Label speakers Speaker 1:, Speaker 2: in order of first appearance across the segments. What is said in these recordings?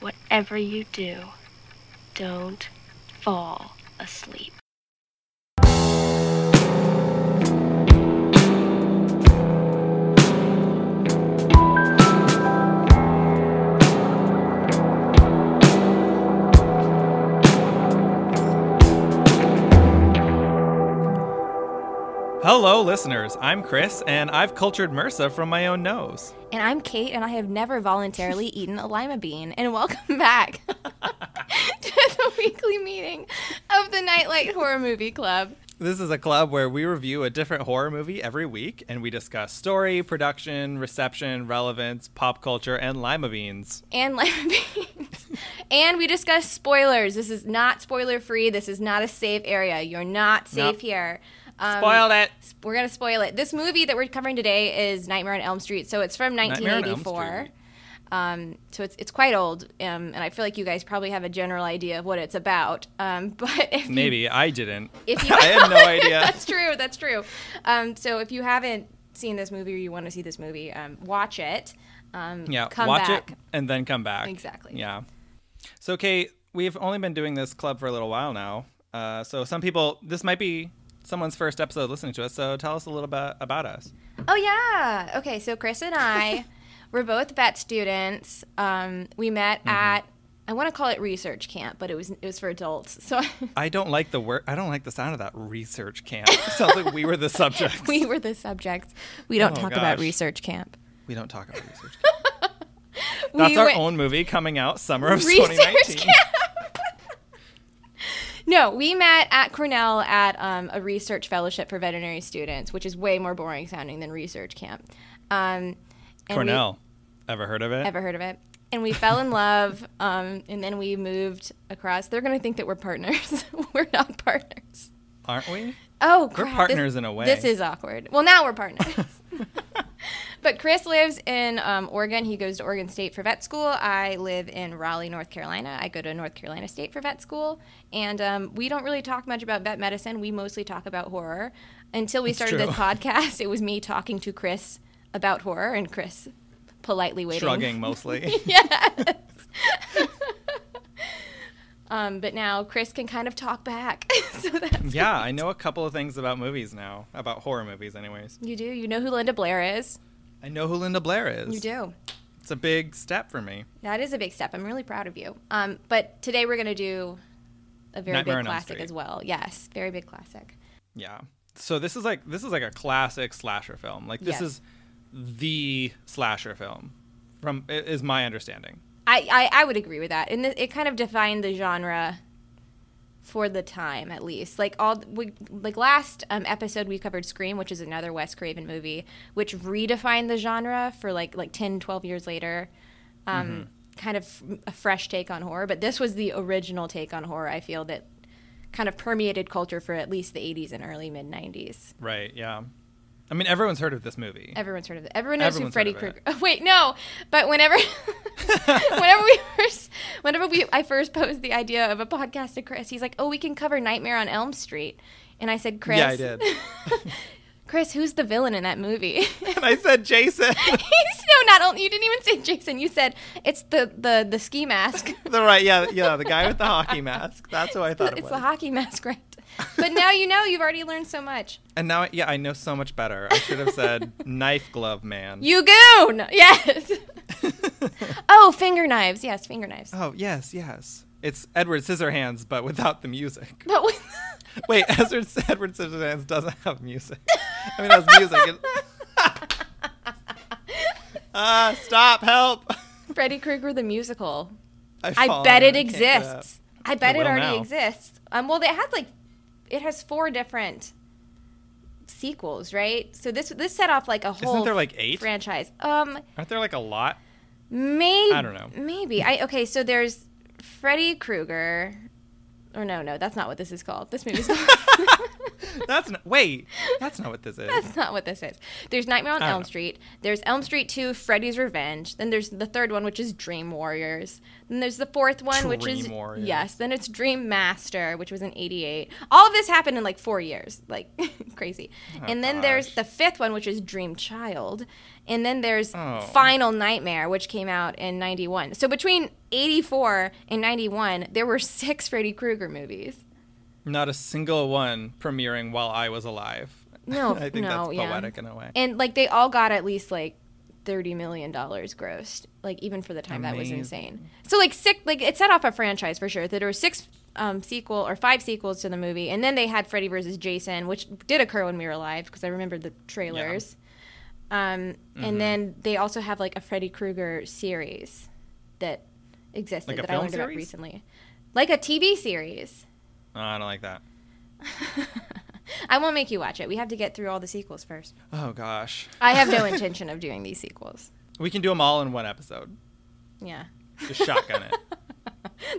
Speaker 1: Whatever you do, don't fall asleep.
Speaker 2: Hello, listeners. I'm Chris, and I've cultured MRSA from my own nose.
Speaker 3: And I'm Kate, and I have never voluntarily eaten a lima bean. And welcome back to the weekly meeting of the Nightlight Horror Movie Club.
Speaker 2: This is a club where we review a different horror movie every week, and we discuss story, production, reception, relevance, pop culture, and lima beans.
Speaker 3: And lima beans. and we discuss spoilers. This is not spoiler free. This is not a safe area. You're not safe
Speaker 2: Nope.
Speaker 3: here. Um,
Speaker 2: Spoiled it.
Speaker 3: We're going to spoil it. This movie that we're covering today is Nightmare on Elm Street. So it's from
Speaker 2: Nightmare on Elm
Speaker 3: 1984. Um, so it's, it's quite old. Um, and I feel like you guys probably have a general idea of what it's about. Um, but if you
Speaker 2: Maybe I didn't.
Speaker 3: if you
Speaker 2: I had no idea.
Speaker 3: that's true that's true um, so if you haven't seen this movie or you want to see this movie um, watch it um,
Speaker 2: Yeah,
Speaker 3: come
Speaker 2: watch
Speaker 3: back
Speaker 2: it and then come back.
Speaker 3: Exactly.
Speaker 2: Yeah. So, Kate, we've only been doing this club for a little while now. Uh, so, some people, this might be someone's first episode listening to us. So, tell us a little bit about us.
Speaker 3: oh yeah okay so chris and i were both vet students um, we met
Speaker 2: Mm-hmm.
Speaker 3: at i want to call it research camp but it was it was for adults so
Speaker 2: I don't like the word. I don't like the sound of that research camp. It sounds like we were the subjects.
Speaker 3: we were the subjects we don't
Speaker 2: Oh,
Speaker 3: talk about
Speaker 2: gosh.
Speaker 3: research camp
Speaker 2: We don't talk about research.
Speaker 3: We
Speaker 2: That's our
Speaker 3: went-
Speaker 2: own movie coming out summer of
Speaker 3: Research
Speaker 2: 2019.
Speaker 3: No, we met at Cornell at um, a research fellowship for veterinary students, which is way more boring sounding than research camp. Um, and we-
Speaker 2: Cornell. Ever heard of it?
Speaker 3: ever heard of it? And we fell in love, um, and then we moved across. They're going to think that we're partners. we're not partners.
Speaker 2: Aren't we?
Speaker 3: Oh, crap.
Speaker 2: partners
Speaker 3: this,
Speaker 2: in a way.
Speaker 3: This is awkward. Well, now we're partners. but Chris lives in um, Oregon. He goes to Oregon State for vet school. I live in Raleigh, North Carolina. I go to North Carolina State for vet school. And um, we don't really talk much about vet medicine. We mostly talk about horror. Until we started
Speaker 2: true.
Speaker 3: this podcast, it was me talking to Chris about horror and Chris politely waiting.
Speaker 2: Shrugging mostly.
Speaker 3: Yes. um, but now Chris can kind of talk back. so that's
Speaker 2: yeah, I know a couple of things about movies now, about horror movies, anyways.
Speaker 3: You do. You know who Linda Blair is.
Speaker 2: I know who Linda Blair is.
Speaker 3: You do.
Speaker 2: It's a big step for me.
Speaker 3: That is a big step. I'm really proud of you. Um, but today we're going to do a very
Speaker 2: Nightmare on
Speaker 3: big
Speaker 2: Elm
Speaker 3: classic
Speaker 2: Street.
Speaker 3: as well. Yes, very big classic.
Speaker 2: Yeah. So this is like this is like a classic slasher film. Like this
Speaker 3: Yes.
Speaker 2: is the slasher film, from i- is my understanding.
Speaker 3: I, I, I would agree with that. And it- it kind of defined the genre for the time, at least. Like all we, like last um, episode, we covered Scream, which is another Wes Craven movie, which redefined the genre for like like 10, 12 years later. Um,
Speaker 2: Mm-hmm.
Speaker 3: Kind of f- a fresh take on horror, but this was the original take on horror. I feel that kind of permeated culture for at least the 80s and early mid 90s.
Speaker 2: Right. Yeah. I mean, everyone's heard of this movie.
Speaker 3: Everyone's heard of it. Everyone knows
Speaker 2: Everyone's
Speaker 3: who Freddy
Speaker 2: heard of
Speaker 3: Krueger. wait, no. But whenever, whenever we first, whenever we, I first posed the idea of a podcast to Chris, he's like, "Oh, we can cover Nightmare on Elm Street," and I said, "Chris,
Speaker 2: Yeah, I did.
Speaker 3: Chris, who's the villain in that movie?"
Speaker 2: and I said Jason,
Speaker 3: he's no, not only you didn't even say Jason. You said it's the the the ski mask.
Speaker 2: the right, yeah, yeah, the guy with the hockey mask. That's who I thought it
Speaker 3: it's
Speaker 2: was.
Speaker 3: the hockey mask, right? But now you know. You've already learned so much.
Speaker 2: And now, yeah, I know so much better. I should have said knife glove man.
Speaker 3: You goon. Yes. oh, finger knives. Yes, finger knives.
Speaker 2: oh yes, yes. It's Edward Scissorhands, but without the music.
Speaker 3: But with-
Speaker 2: Wait, Edward, Edward Scissorhands doesn't have music. I mean, that's music. It- Ah, stop! Help!
Speaker 3: Freddy Krueger the musical.
Speaker 2: I've
Speaker 3: I
Speaker 2: fallen
Speaker 3: bet it
Speaker 2: and I can't get
Speaker 3: exists. I bet
Speaker 2: It
Speaker 3: it,
Speaker 2: will
Speaker 3: already
Speaker 2: now.
Speaker 3: exists. Um, well, it has like, it has four different sequels, right? So this this set off like a
Speaker 2: up.
Speaker 3: whole
Speaker 2: Isn't there like eight?
Speaker 3: franchise. Um,
Speaker 2: Aren't there like a lot?
Speaker 3: maybe
Speaker 2: I don't know.
Speaker 3: Maybe I okay. So there's Freddy Krueger. Or no, no, that's not what this is called. This movie's called.
Speaker 2: That's not, wait. That's not what this is.
Speaker 3: That's not what this is. There's Nightmare on
Speaker 2: I don't
Speaker 3: Elm
Speaker 2: know.
Speaker 3: Street. There's Elm Street 2, Freddy's Revenge. Then there's the third one, which is Dream Warriors. Then there's the fourth one, which is
Speaker 2: Dream Warriors.
Speaker 3: yes. Then it's Dream Master, which was in '88. All of this happened in like four years, like crazy. and then
Speaker 2: Oh, gosh.
Speaker 3: there's the fifth one, which is Dream Child. And then there's
Speaker 2: Oh.
Speaker 3: Final Nightmare, which came out in 91. So between 84 and 91, there were six Freddy Krueger movies.
Speaker 2: Not a single one premiering while I was alive.
Speaker 3: No,
Speaker 2: I think
Speaker 3: no,
Speaker 2: that's
Speaker 3: yeah.
Speaker 2: poetic in a way.
Speaker 3: And like they all got at least like thirty million dollars grossed. Like even for the time that was
Speaker 2: Amazing.
Speaker 3: insane. So like six like it set off a franchise for sure. That there were six um, sequel or five sequels to the movie, and then they had Freddy versus Jason, which did occur when we were alive because I remember the trailers. Um,
Speaker 2: Mm-hmm.
Speaker 3: And then they also have like a Freddy Krueger series that existed
Speaker 2: Like a
Speaker 3: that I
Speaker 2: film
Speaker 3: learned about
Speaker 2: series?
Speaker 3: recently, like a TV series.
Speaker 2: Oh, I don't like that.
Speaker 3: I won't make you watch it. We have to get through all the sequels first.
Speaker 2: Oh gosh,
Speaker 3: I have no intention of doing these sequels.
Speaker 2: we can do them all in one episode.
Speaker 3: Yeah.
Speaker 2: Just shotgun it.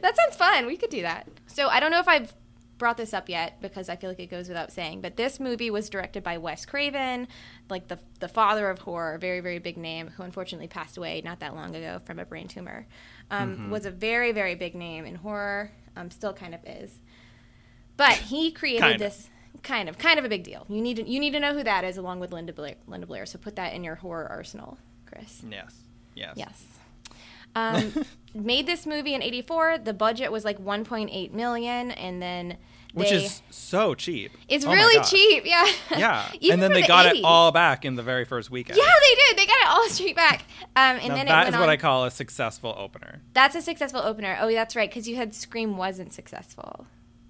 Speaker 3: That sounds fun. We could do that. So I don't know if I've brought this up yet because I feel like it goes without saying, but this movie was directed by Wes Craven, like the the father of horror, very very big name, who unfortunately passed away not that long ago from a brain tumor. Um,
Speaker 2: Mm-hmm.
Speaker 3: Was a very very big name in horror. Um, still kind of is, but he created
Speaker 2: Kind of.
Speaker 3: this. Kind of, kind of a big deal. You need to, you need to know who that is, along with Linda Blair. Linda Blair. So put that in your horror arsenal, Chris.
Speaker 2: Yes. Yes.
Speaker 3: Yes. Um, made this movie in 84. The budget was like 1.8 million and then they,
Speaker 2: Which is so cheap.
Speaker 3: it's
Speaker 2: Oh my
Speaker 3: really
Speaker 2: gosh.
Speaker 3: cheap, yeah.
Speaker 2: Yeah.
Speaker 3: Even
Speaker 2: and then
Speaker 3: for
Speaker 2: they
Speaker 3: the
Speaker 2: got
Speaker 3: 80s.
Speaker 2: it all back in the very first weekend.
Speaker 3: Yeah, they did. They got it all straight back. Um, and
Speaker 2: Now
Speaker 3: then it
Speaker 2: that
Speaker 3: went
Speaker 2: is what
Speaker 3: on.
Speaker 2: I call a successful opener.
Speaker 3: That's a successful opener. Oh, that's right, because you had Scream wasn't successful.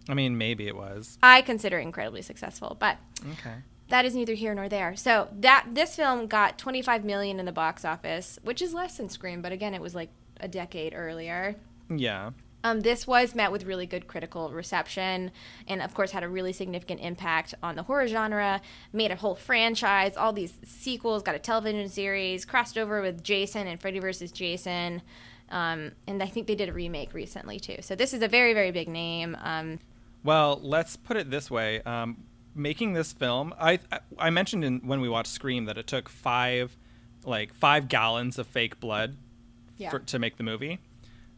Speaker 2: I mean, maybe it was.
Speaker 3: I consider it incredibly successful, but
Speaker 2: Okay.
Speaker 3: that is neither here nor there. So that this film got 25 million in the box office, which is less than Scream, but again, it was like a decade earlier.
Speaker 2: Yeah.
Speaker 3: Um, this was met with really good critical reception and, of course, had a really significant impact on the horror genre. Made a whole franchise, all these sequels, got a television series, crossed over with Jason and Freddy vs. Jason. Um, and I think they did a remake recently, too. So this is a very, very big name. Um,
Speaker 2: Well, let's put it this way: um, making this film, I I- I mentioned in, when we watched Scream that it took five, like five gallons of fake blood,
Speaker 3: Yeah.
Speaker 2: for, to make the movie.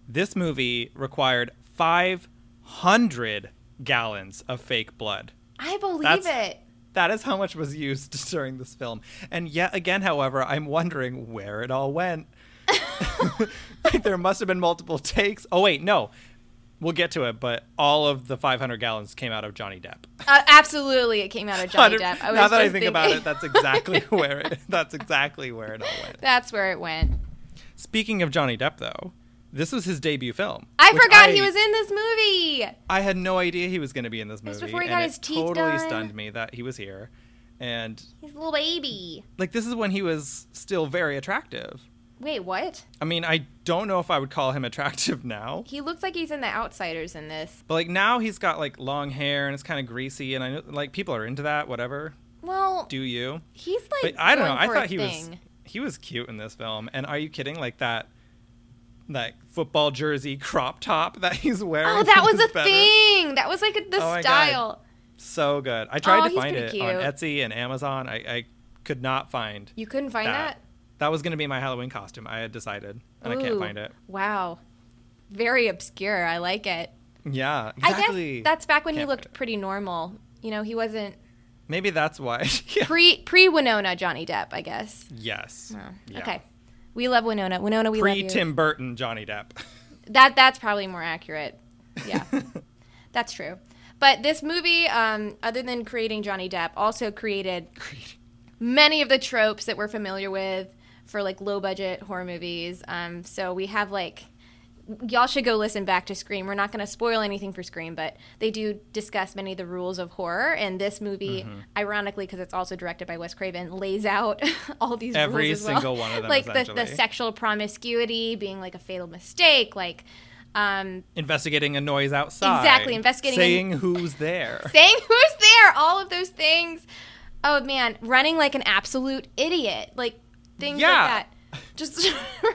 Speaker 2: This movie required five hundred gallons of fake blood.
Speaker 3: I believe
Speaker 2: That's-
Speaker 3: it.
Speaker 2: That is how much was used during this film. And yet again, however, I'm wondering where it all went. like there must have been multiple takes. Oh wait, no. We'll get to it, but all of the 500 gallons came out of Johnny Depp.
Speaker 3: Uh, absolutely, it came out of Johnny Depp. was
Speaker 2: now that I
Speaker 3: just
Speaker 2: think about it,
Speaker 3: thinking-
Speaker 2: that's exactly where it, that's exactly where it all went.
Speaker 3: that's where it went.
Speaker 2: Speaking of Johnny Depp, though, this was his debut film.
Speaker 3: I
Speaker 2: which
Speaker 3: forgot he was in this movie.
Speaker 2: I had no idea he was going to be in this movie,
Speaker 3: was before he
Speaker 2: and
Speaker 3: got
Speaker 2: it
Speaker 3: his teeth
Speaker 2: totally
Speaker 3: done.
Speaker 2: stunned me that he was here. And
Speaker 3: He's a little baby.
Speaker 2: like this is when he was still very attractive.
Speaker 3: Wait, what?
Speaker 2: I mean, I don't know if I would call him attractive now,
Speaker 3: He looks like he's in The Outsiders in this.
Speaker 2: but like now he's got like long hair and it's kind of greasy, and I know like people are into that. Whatever,
Speaker 3: Well,
Speaker 2: do you?
Speaker 3: he's like.
Speaker 2: But I don't know.
Speaker 3: going
Speaker 2: I
Speaker 3: for a
Speaker 2: thought he was
Speaker 3: thing.
Speaker 2: he was cute in this film. And are you kidding? Like that, that football jersey crop top that he's wearing.
Speaker 3: Oh, that
Speaker 2: in
Speaker 3: was a
Speaker 2: his bedroom.
Speaker 3: thing. That was like a, the
Speaker 2: Oh my God.
Speaker 3: style.
Speaker 2: So good. I tried
Speaker 3: Oh,
Speaker 2: to
Speaker 3: he's
Speaker 2: find it
Speaker 3: pretty
Speaker 2: on
Speaker 3: cute.
Speaker 2: Etsy and Amazon. I, I could not find
Speaker 3: You couldn't find
Speaker 2: that.
Speaker 3: that.
Speaker 2: That was going to be my Halloween costume. I had decided, and I can't
Speaker 3: Ooh,
Speaker 2: find it.
Speaker 3: Wow, very obscure. I like it.
Speaker 2: Yeah, exactly.
Speaker 3: I guess that's back when he
Speaker 2: Can't find
Speaker 3: looked
Speaker 2: it.
Speaker 3: pretty normal. You know, he wasn't
Speaker 2: Maybe that's why. Yeah.
Speaker 3: pre pre Winona Johnny Depp. I guess.
Speaker 2: Yes.
Speaker 3: Oh,
Speaker 2: Yeah.
Speaker 3: Okay. We love Winona. Winona, we love
Speaker 2: Pre
Speaker 3: you.
Speaker 2: Tim Burton Johnny Depp.
Speaker 3: That that's probably more accurate. Yeah, that's true. But this movie, um, other than creating Johnny Depp, also created many of the tropes that we're familiar with for like low budget horror movies. Um, so we have like y'all should go listen back to Scream. We're not going to spoil anything for Scream, but they do discuss many of the rules of horror. And this movie,
Speaker 2: Mm-hmm.
Speaker 3: ironically, because it's also directed by Wes Craven, lays out all these
Speaker 2: Every
Speaker 3: rules as
Speaker 2: single
Speaker 3: well.
Speaker 2: one of them,
Speaker 3: like the, the
Speaker 2: essentially.
Speaker 3: sexual promiscuity being like a fatal mistake, like. Um,
Speaker 2: investigating a noise outside.
Speaker 3: Exactly, investigating a-
Speaker 2: Saying who's there.
Speaker 3: saying who's there, all of those things. Oh man, running like an absolute idiot, like things
Speaker 2: Yeah.
Speaker 3: like that. Just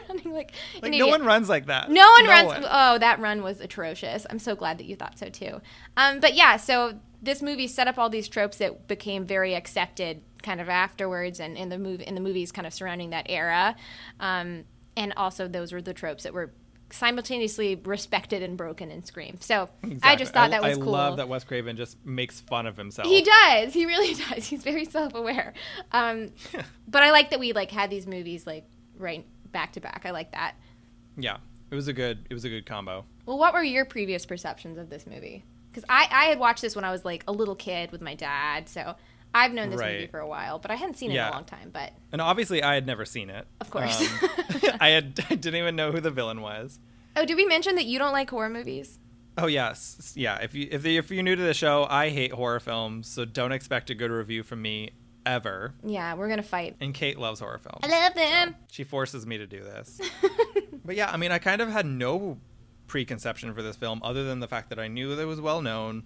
Speaker 3: running like, an
Speaker 2: Like,
Speaker 3: idiot.
Speaker 2: no one runs like that.
Speaker 3: No one runs. Oh, that run was atrocious. I'm so glad that you thought so too. Um, but yeah, so this movie set up all these tropes that became very accepted kind of afterwards, and in the movie in the movies kind of surrounding that era, um, and also those were the tropes that were simultaneously respected and broken in Scream. So I just thought that was
Speaker 2: I
Speaker 3: cool.
Speaker 2: love that Wes Craven just makes fun of himself.
Speaker 3: He does. He really does. He's very self-aware. Um, but I like that we like had these movies like right back to back. I like that.
Speaker 2: Yeah, it was a good it was a good combo.
Speaker 3: Well, what were your previous perceptions of this movie? Because I I had watched this when I was like a little kid with my dad, so I've known this movie
Speaker 2: Right.
Speaker 3: for a while, but I hadn't seen it in
Speaker 2: Yeah.
Speaker 3: a long time. But
Speaker 2: And obviously, I had never seen it.
Speaker 3: Of course.
Speaker 2: Um, I had I didn't even know who the villain was.
Speaker 3: oh, did we mention that you don't like horror movies?
Speaker 2: Oh yes, yeah. If you if, if you're new to the show, I hate horror films, so don't expect a good review from me ever.
Speaker 3: Yeah, we're gonna fight.
Speaker 2: And Kate loves horror films.
Speaker 3: I love them.
Speaker 2: She forces me to do this. but yeah, I mean, I kind of had no preconception for this film other than the fact that I knew that it was well known.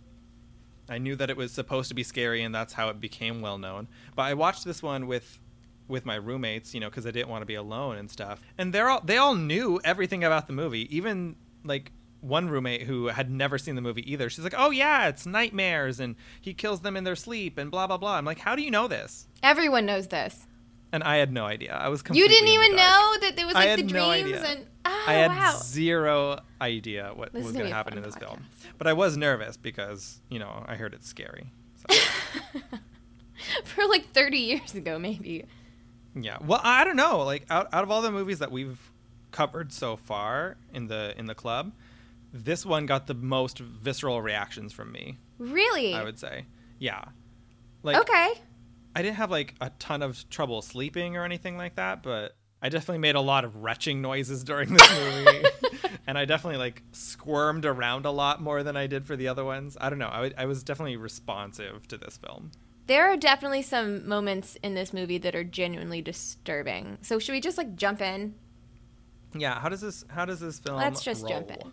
Speaker 2: I knew that it was supposed to be scary, and that's how it became well known. But I watched this one with with my roommates, you know, because I didn't want to be alone and stuff. And they're all they all knew everything about the movie, even like one roommate who had never seen the movie either. She's like, "Oh yeah, it's nightmares, and he kills them in their sleep, and blah blah blah." I'm like, "How do you know this?"
Speaker 3: Everyone knows this.
Speaker 2: And I had no idea. I was
Speaker 3: You
Speaker 2: completely
Speaker 3: didn't
Speaker 2: in the
Speaker 3: even
Speaker 2: dark.
Speaker 3: know that there was
Speaker 2: I
Speaker 3: like the
Speaker 2: had no
Speaker 3: dreams
Speaker 2: idea.
Speaker 3: and oh
Speaker 2: I had
Speaker 3: wow.
Speaker 2: zero idea what
Speaker 3: This is
Speaker 2: was
Speaker 3: gonna
Speaker 2: going
Speaker 3: be a
Speaker 2: to happen
Speaker 3: fun
Speaker 2: in this film,
Speaker 3: podcast.
Speaker 2: but I was nervous because you know I heard it's scary. So,
Speaker 3: for like 30 years ago maybe
Speaker 2: yeah, well, I don't know. Like out, out of all the movies that we've covered so far in the in the club, this one got the most visceral reactions from me.
Speaker 3: really
Speaker 2: I would say, yeah. Like
Speaker 3: okay
Speaker 2: I didn't have like a ton of trouble sleeping or anything like that, but I definitely made a lot of retching noises during this movie. and I definitely like squirmed around a lot more than I did for the other ones. I don't know. I wa- I was definitely responsive to this film.
Speaker 3: there are definitely some moments in this movie that are genuinely disturbing so should we just like jump in
Speaker 2: Yeah, how does this how does this film
Speaker 3: Let's just
Speaker 2: roll?
Speaker 3: jump in.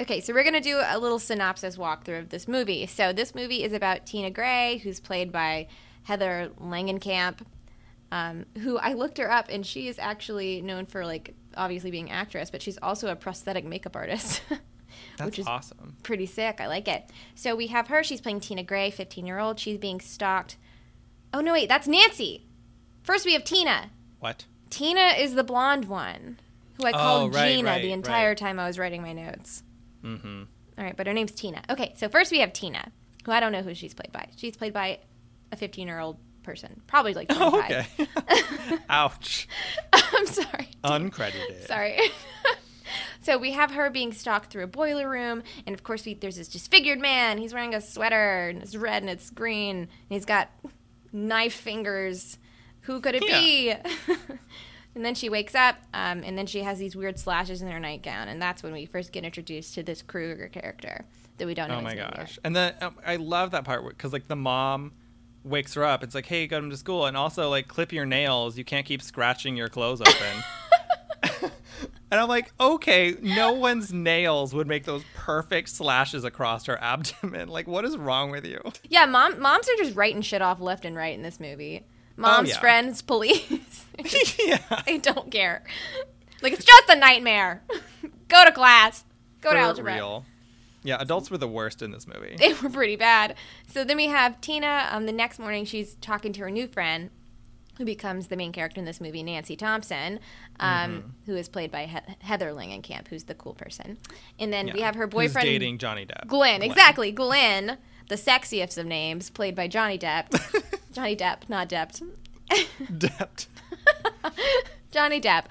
Speaker 3: Okay, so we're going to do a little synopsis walkthrough of this movie. So, this movie is about Tina Gray, who's played by Heather Langenkamp, um, who I looked her up, and she is actually known for, like, obviously being an actress, but she's also a prosthetic makeup artist,
Speaker 2: That's
Speaker 3: which is
Speaker 2: awesome.
Speaker 3: pretty sick. I like it. So, we have her. She's playing Tina Gray, 15 year old. She's being stalked. Oh, no, wait, that's Nancy. First, we have Tina.
Speaker 2: What?
Speaker 3: Tina is the blonde one who I
Speaker 2: Oh,
Speaker 3: called
Speaker 2: right,
Speaker 3: Gina
Speaker 2: right,
Speaker 3: the entire
Speaker 2: right.
Speaker 3: time I was writing my notes.
Speaker 2: Mhm.
Speaker 3: All right, but her name's Tina. Okay, so first we have Tina, who I don't know who she's played by. She's played by a 15 year old person, probably like 25.
Speaker 2: Oh, okay. Ouch.
Speaker 3: I'm sorry.
Speaker 2: Uncredited.
Speaker 3: Sorry. so we have her being stalked through a boiler room, and of course we, there's this disfigured man. He's wearing a sweater, and it's red and it's green, and he's got knife fingers. Who could it be? and then she wakes up, um, and then she has these weird slashes in her nightgown, and that's when we first get introduced to this Krueger character that we don't know.
Speaker 2: Oh my
Speaker 3: his name yet.
Speaker 2: gosh. And then um, I love that part because like the mom wakes her up. It's like, hey, go to school, and also like clip your nails. You can't keep scratching your clothes open. and I'm like, okay, no one's nails would make those perfect slashes across her abdomen. Like, what is wrong with you?
Speaker 3: Yeah, mom, moms are just writing shit off left and right in this movie. Moms,
Speaker 2: Oh, yeah.
Speaker 3: friends, police.
Speaker 2: yeah.
Speaker 3: I don't care. Like it's just a nightmare. Go to class. Go
Speaker 2: For
Speaker 3: to algebra.
Speaker 2: real. Yeah, adults were the worst in this movie.
Speaker 3: They were pretty bad. So then we have Tina. Um, the next morning, she's talking to her new friend, who becomes the main character in this movie, Nancy Thompson, um,
Speaker 2: Mm-hmm.
Speaker 3: who is played by he- Heather Langenkamp, who's the cool person. And then we
Speaker 2: Yeah.
Speaker 3: have her
Speaker 2: Who's
Speaker 3: boyfriend,
Speaker 2: dating Johnny Depp.
Speaker 3: Glenn. Exactly, Glenn, the sexiest of names, played by Johnny Depp. Johnny Depp, not Depp.
Speaker 2: Depp.
Speaker 3: Johnny Depp.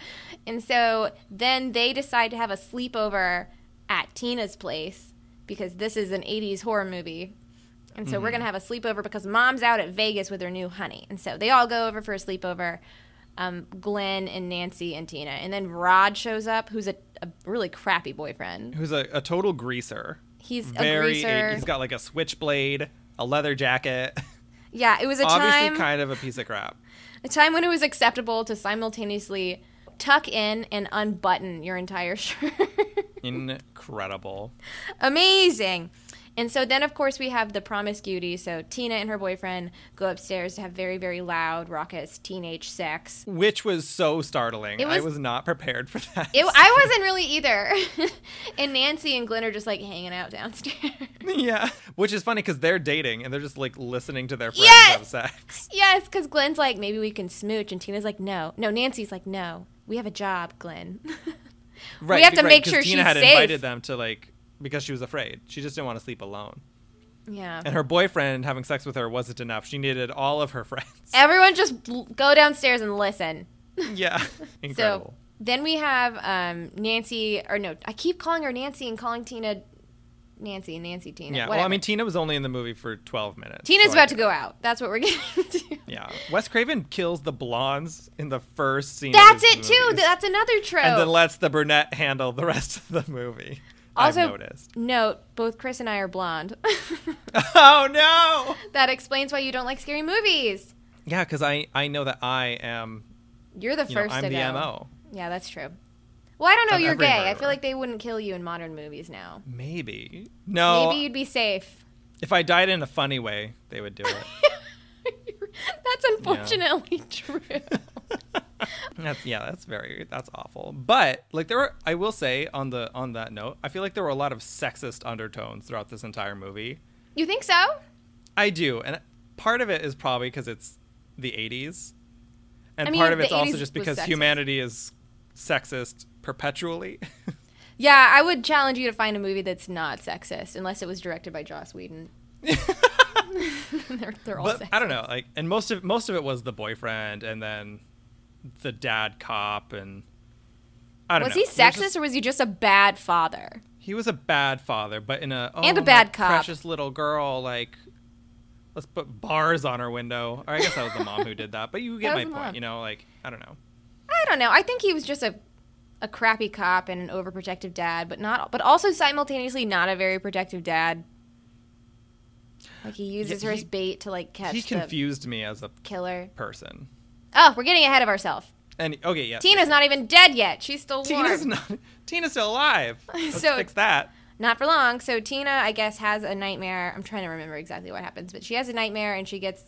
Speaker 3: And so then they decide to have a sleepover at Tina's place because this is an 80s horror movie. And so
Speaker 2: Mm-hmm.
Speaker 3: we're going to have a sleepover because mom's out at Vegas with her new honey. And so they all go over for a sleepover um, Glenn and Nancy and Tina. And then Rod shows up, who's a, a really crappy boyfriend.
Speaker 2: Who's a, a total greaser.
Speaker 3: He's a
Speaker 2: Very.
Speaker 3: greaser.
Speaker 2: He's got like a switchblade, a leather jacket.
Speaker 3: yeah, it was a
Speaker 2: Obviously,
Speaker 3: time.
Speaker 2: kind of a piece of crap.
Speaker 3: A time when it was acceptable to simultaneously tuck in and unbutton your entire shirt.
Speaker 2: Incredible.
Speaker 3: Amazing. And so then, of course, we have the promiscuity. So Tina and her boyfriend go upstairs to have very, very loud, raucous teenage sex.
Speaker 2: Which was so startling.
Speaker 3: It
Speaker 2: I
Speaker 3: was-
Speaker 2: was not prepared for that.
Speaker 3: It, I wasn't really either. and Nancy and Glenn are just like hanging out downstairs.
Speaker 2: yeah. Which is funny because they're dating and they're just like listening to their friends
Speaker 3: Yes!
Speaker 2: have sex.
Speaker 3: yes, because Glenn's like, maybe we can smooch. And Tina's like, no. No, Nancy's like, no. We have a job, Glenn.
Speaker 2: Right,
Speaker 3: we have to
Speaker 2: right,
Speaker 3: make
Speaker 2: 'cause
Speaker 3: sure
Speaker 2: Tina
Speaker 3: she's
Speaker 2: had
Speaker 3: safe.
Speaker 2: invited them to like because she was afraid. She just didn't want to sleep alone.
Speaker 3: Yeah.
Speaker 2: And her boyfriend having sex with her wasn't enough. She needed all of her friends.
Speaker 3: Everyone just l- go downstairs and listen.
Speaker 2: yeah. Incredible.
Speaker 3: So then we have um, Nancy, or no, I keep calling her Nancy and calling Tina Nancy and Nancy Tina.
Speaker 2: yeah. Well,
Speaker 3: whatever.
Speaker 2: I mean, Tina was only in the movie for 12 minutes. so
Speaker 3: Tina's
Speaker 2: I
Speaker 3: about to
Speaker 2: get it.
Speaker 3: go out. That's what we're getting to.
Speaker 2: Yeah. Wes Craven kills the blondes in the first scene. of
Speaker 3: That's
Speaker 2: his
Speaker 3: it too.
Speaker 2: movies,
Speaker 3: That's another trope.
Speaker 2: and then lets the brunette handle the rest of the movie.
Speaker 3: also,
Speaker 2: I've noticed.
Speaker 3: note both Chris and I are blonde.
Speaker 2: Oh no.
Speaker 3: that explains why you don't like scary movies.
Speaker 2: Yeah, because I I know that I am.
Speaker 3: You're the
Speaker 2: You know,
Speaker 3: first
Speaker 2: I'm
Speaker 3: to
Speaker 2: the
Speaker 3: go.
Speaker 2: mo.
Speaker 3: Yeah, that's true. Well, I don't know.
Speaker 2: Of
Speaker 3: You're
Speaker 2: every
Speaker 3: gay. I
Speaker 2: murderer.
Speaker 3: feel like they wouldn't kill you in modern movies now.
Speaker 2: Maybe. No.
Speaker 3: Maybe you'd be safe.
Speaker 2: If I died in a funny way, they would do it.
Speaker 3: that's unfortunately true.
Speaker 2: That's yeah, that's very that's awful. But like there were I will say on the on that note, I feel like there were a lot of sexist undertones throughout this entire movie.
Speaker 3: You think so?
Speaker 2: I do, and part of it is probably because it's the '80s, and
Speaker 3: I mean,
Speaker 2: part of
Speaker 3: the
Speaker 2: it's also
Speaker 3: 80s
Speaker 2: just
Speaker 3: was
Speaker 2: because
Speaker 3: sexist.
Speaker 2: humanity is sexist perpetually.
Speaker 3: Yeah, I would challenge you to find a movie that's not sexist, unless it was directed by Joss Whedon. they're, they're all
Speaker 2: but
Speaker 3: sexist.
Speaker 2: I don't know, like, and most of most of it was the boyfriend, and then the dad cop, and I don't
Speaker 3: Was
Speaker 2: know.
Speaker 3: he
Speaker 2: There's
Speaker 3: sexist
Speaker 2: just-
Speaker 3: or was he just a bad father?
Speaker 2: He was a bad father, but in a oh,
Speaker 3: And a
Speaker 2: my
Speaker 3: bad cop.
Speaker 2: precious little girl. Like, let's put bars on her window. Or I guess that was the mom who did that. But you get
Speaker 3: That
Speaker 2: my
Speaker 3: was the
Speaker 2: point.
Speaker 3: mom.
Speaker 2: You know, like I don't know.
Speaker 3: I don't know. I think he was just a a crappy cop and an overprotective dad, but not but also simultaneously not a very protective dad. Like he uses
Speaker 2: Yeah,
Speaker 3: her
Speaker 2: he-
Speaker 3: as bait to like catch
Speaker 2: he
Speaker 3: the
Speaker 2: confused me as a
Speaker 3: killer.
Speaker 2: person.
Speaker 3: Oh, we're getting ahead of ourselves.
Speaker 2: And okay, yeah.
Speaker 3: Tina's not even dead yet. She's still warm.
Speaker 2: Tina's not. Tina's still alive. Let's
Speaker 3: So-
Speaker 2: fix that.
Speaker 3: not for long. So Tina, I guess, has a nightmare. I'm trying to remember exactly what happens, but she has a nightmare and she gets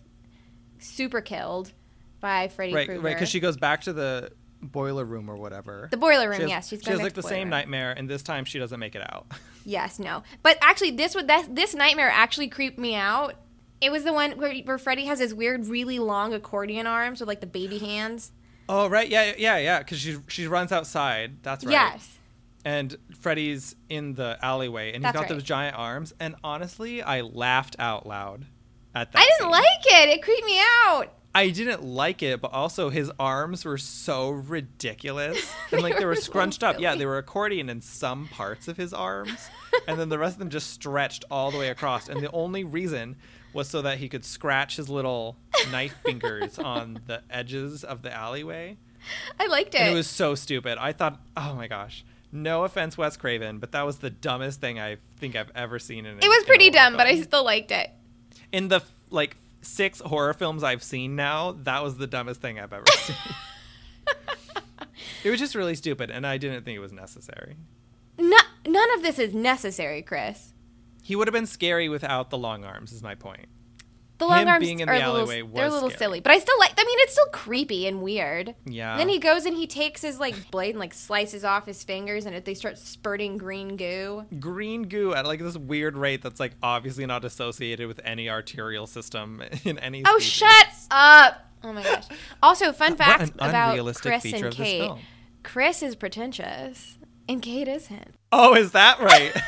Speaker 3: super killed by Freddy
Speaker 2: Right,
Speaker 3: Krueger.
Speaker 2: right. Because she goes back to the boiler room or whatever.
Speaker 3: the boiler room.
Speaker 2: she has,
Speaker 3: yes, she's
Speaker 2: she has
Speaker 3: going back
Speaker 2: like
Speaker 3: to
Speaker 2: the same
Speaker 3: boiler room.
Speaker 2: nightmare, and this time she doesn't make it out.
Speaker 3: Yes, no. But actually, this would that this nightmare actually creeped me out. It was the one where, where Freddy has his weird, really long accordion arms with like the baby hands.
Speaker 2: oh right, yeah, yeah, yeah. Because she she runs outside. That's right.
Speaker 3: Yes.
Speaker 2: and Freddy's in the alleyway, and he's
Speaker 3: That's
Speaker 2: got
Speaker 3: right.
Speaker 2: those giant arms. And honestly, I laughed out loud at that.
Speaker 3: I didn't
Speaker 2: scene.
Speaker 3: like it. It creeped me out.
Speaker 2: I didn't like it, but also his arms were so ridiculous, and like they
Speaker 3: were
Speaker 2: were
Speaker 3: so
Speaker 2: scrunched up. Yeah,
Speaker 3: silly.
Speaker 2: they were accordion in some parts of his arms, and then the rest of them just stretched all the way across. And the only reason was so that he could scratch his little knife fingers on the edges of the alleyway.
Speaker 3: I liked it.
Speaker 2: And it was so stupid. I thought, oh my gosh. No offense, Wes Craven, but that was the dumbest thing I think I've ever seen in.
Speaker 3: It was pretty dumb, but I still liked it.
Speaker 2: in the like six horror films I've seen now, that was the dumbest thing I've ever seen. it was just really stupid, and I didn't think it was necessary.
Speaker 3: No, none of this is necessary, Chris.
Speaker 2: He would have been scary without the long arms. Is my point.
Speaker 3: The long
Speaker 2: Him
Speaker 3: arms
Speaker 2: being in
Speaker 3: are
Speaker 2: the
Speaker 3: a little,
Speaker 2: alleyway
Speaker 3: they're a
Speaker 2: was
Speaker 3: little
Speaker 2: scary.
Speaker 3: silly, but I still like. I mean, it's still creepy and weird.
Speaker 2: Yeah.
Speaker 3: And then he goes and he takes his like blade and like slices off his fingers, and it, they start spurting green goo.
Speaker 2: Green goo at like this weird rate that's like obviously not associated with any arterial system in any.
Speaker 3: Oh,
Speaker 2: species.
Speaker 3: shut up! Oh my gosh. Also, fun fact
Speaker 2: an
Speaker 3: about
Speaker 2: unrealistic
Speaker 3: Chris
Speaker 2: feature
Speaker 3: and
Speaker 2: of this
Speaker 3: Kate.
Speaker 2: film.
Speaker 3: Chris is pretentious, and Kate isn't.
Speaker 2: Oh, is that right?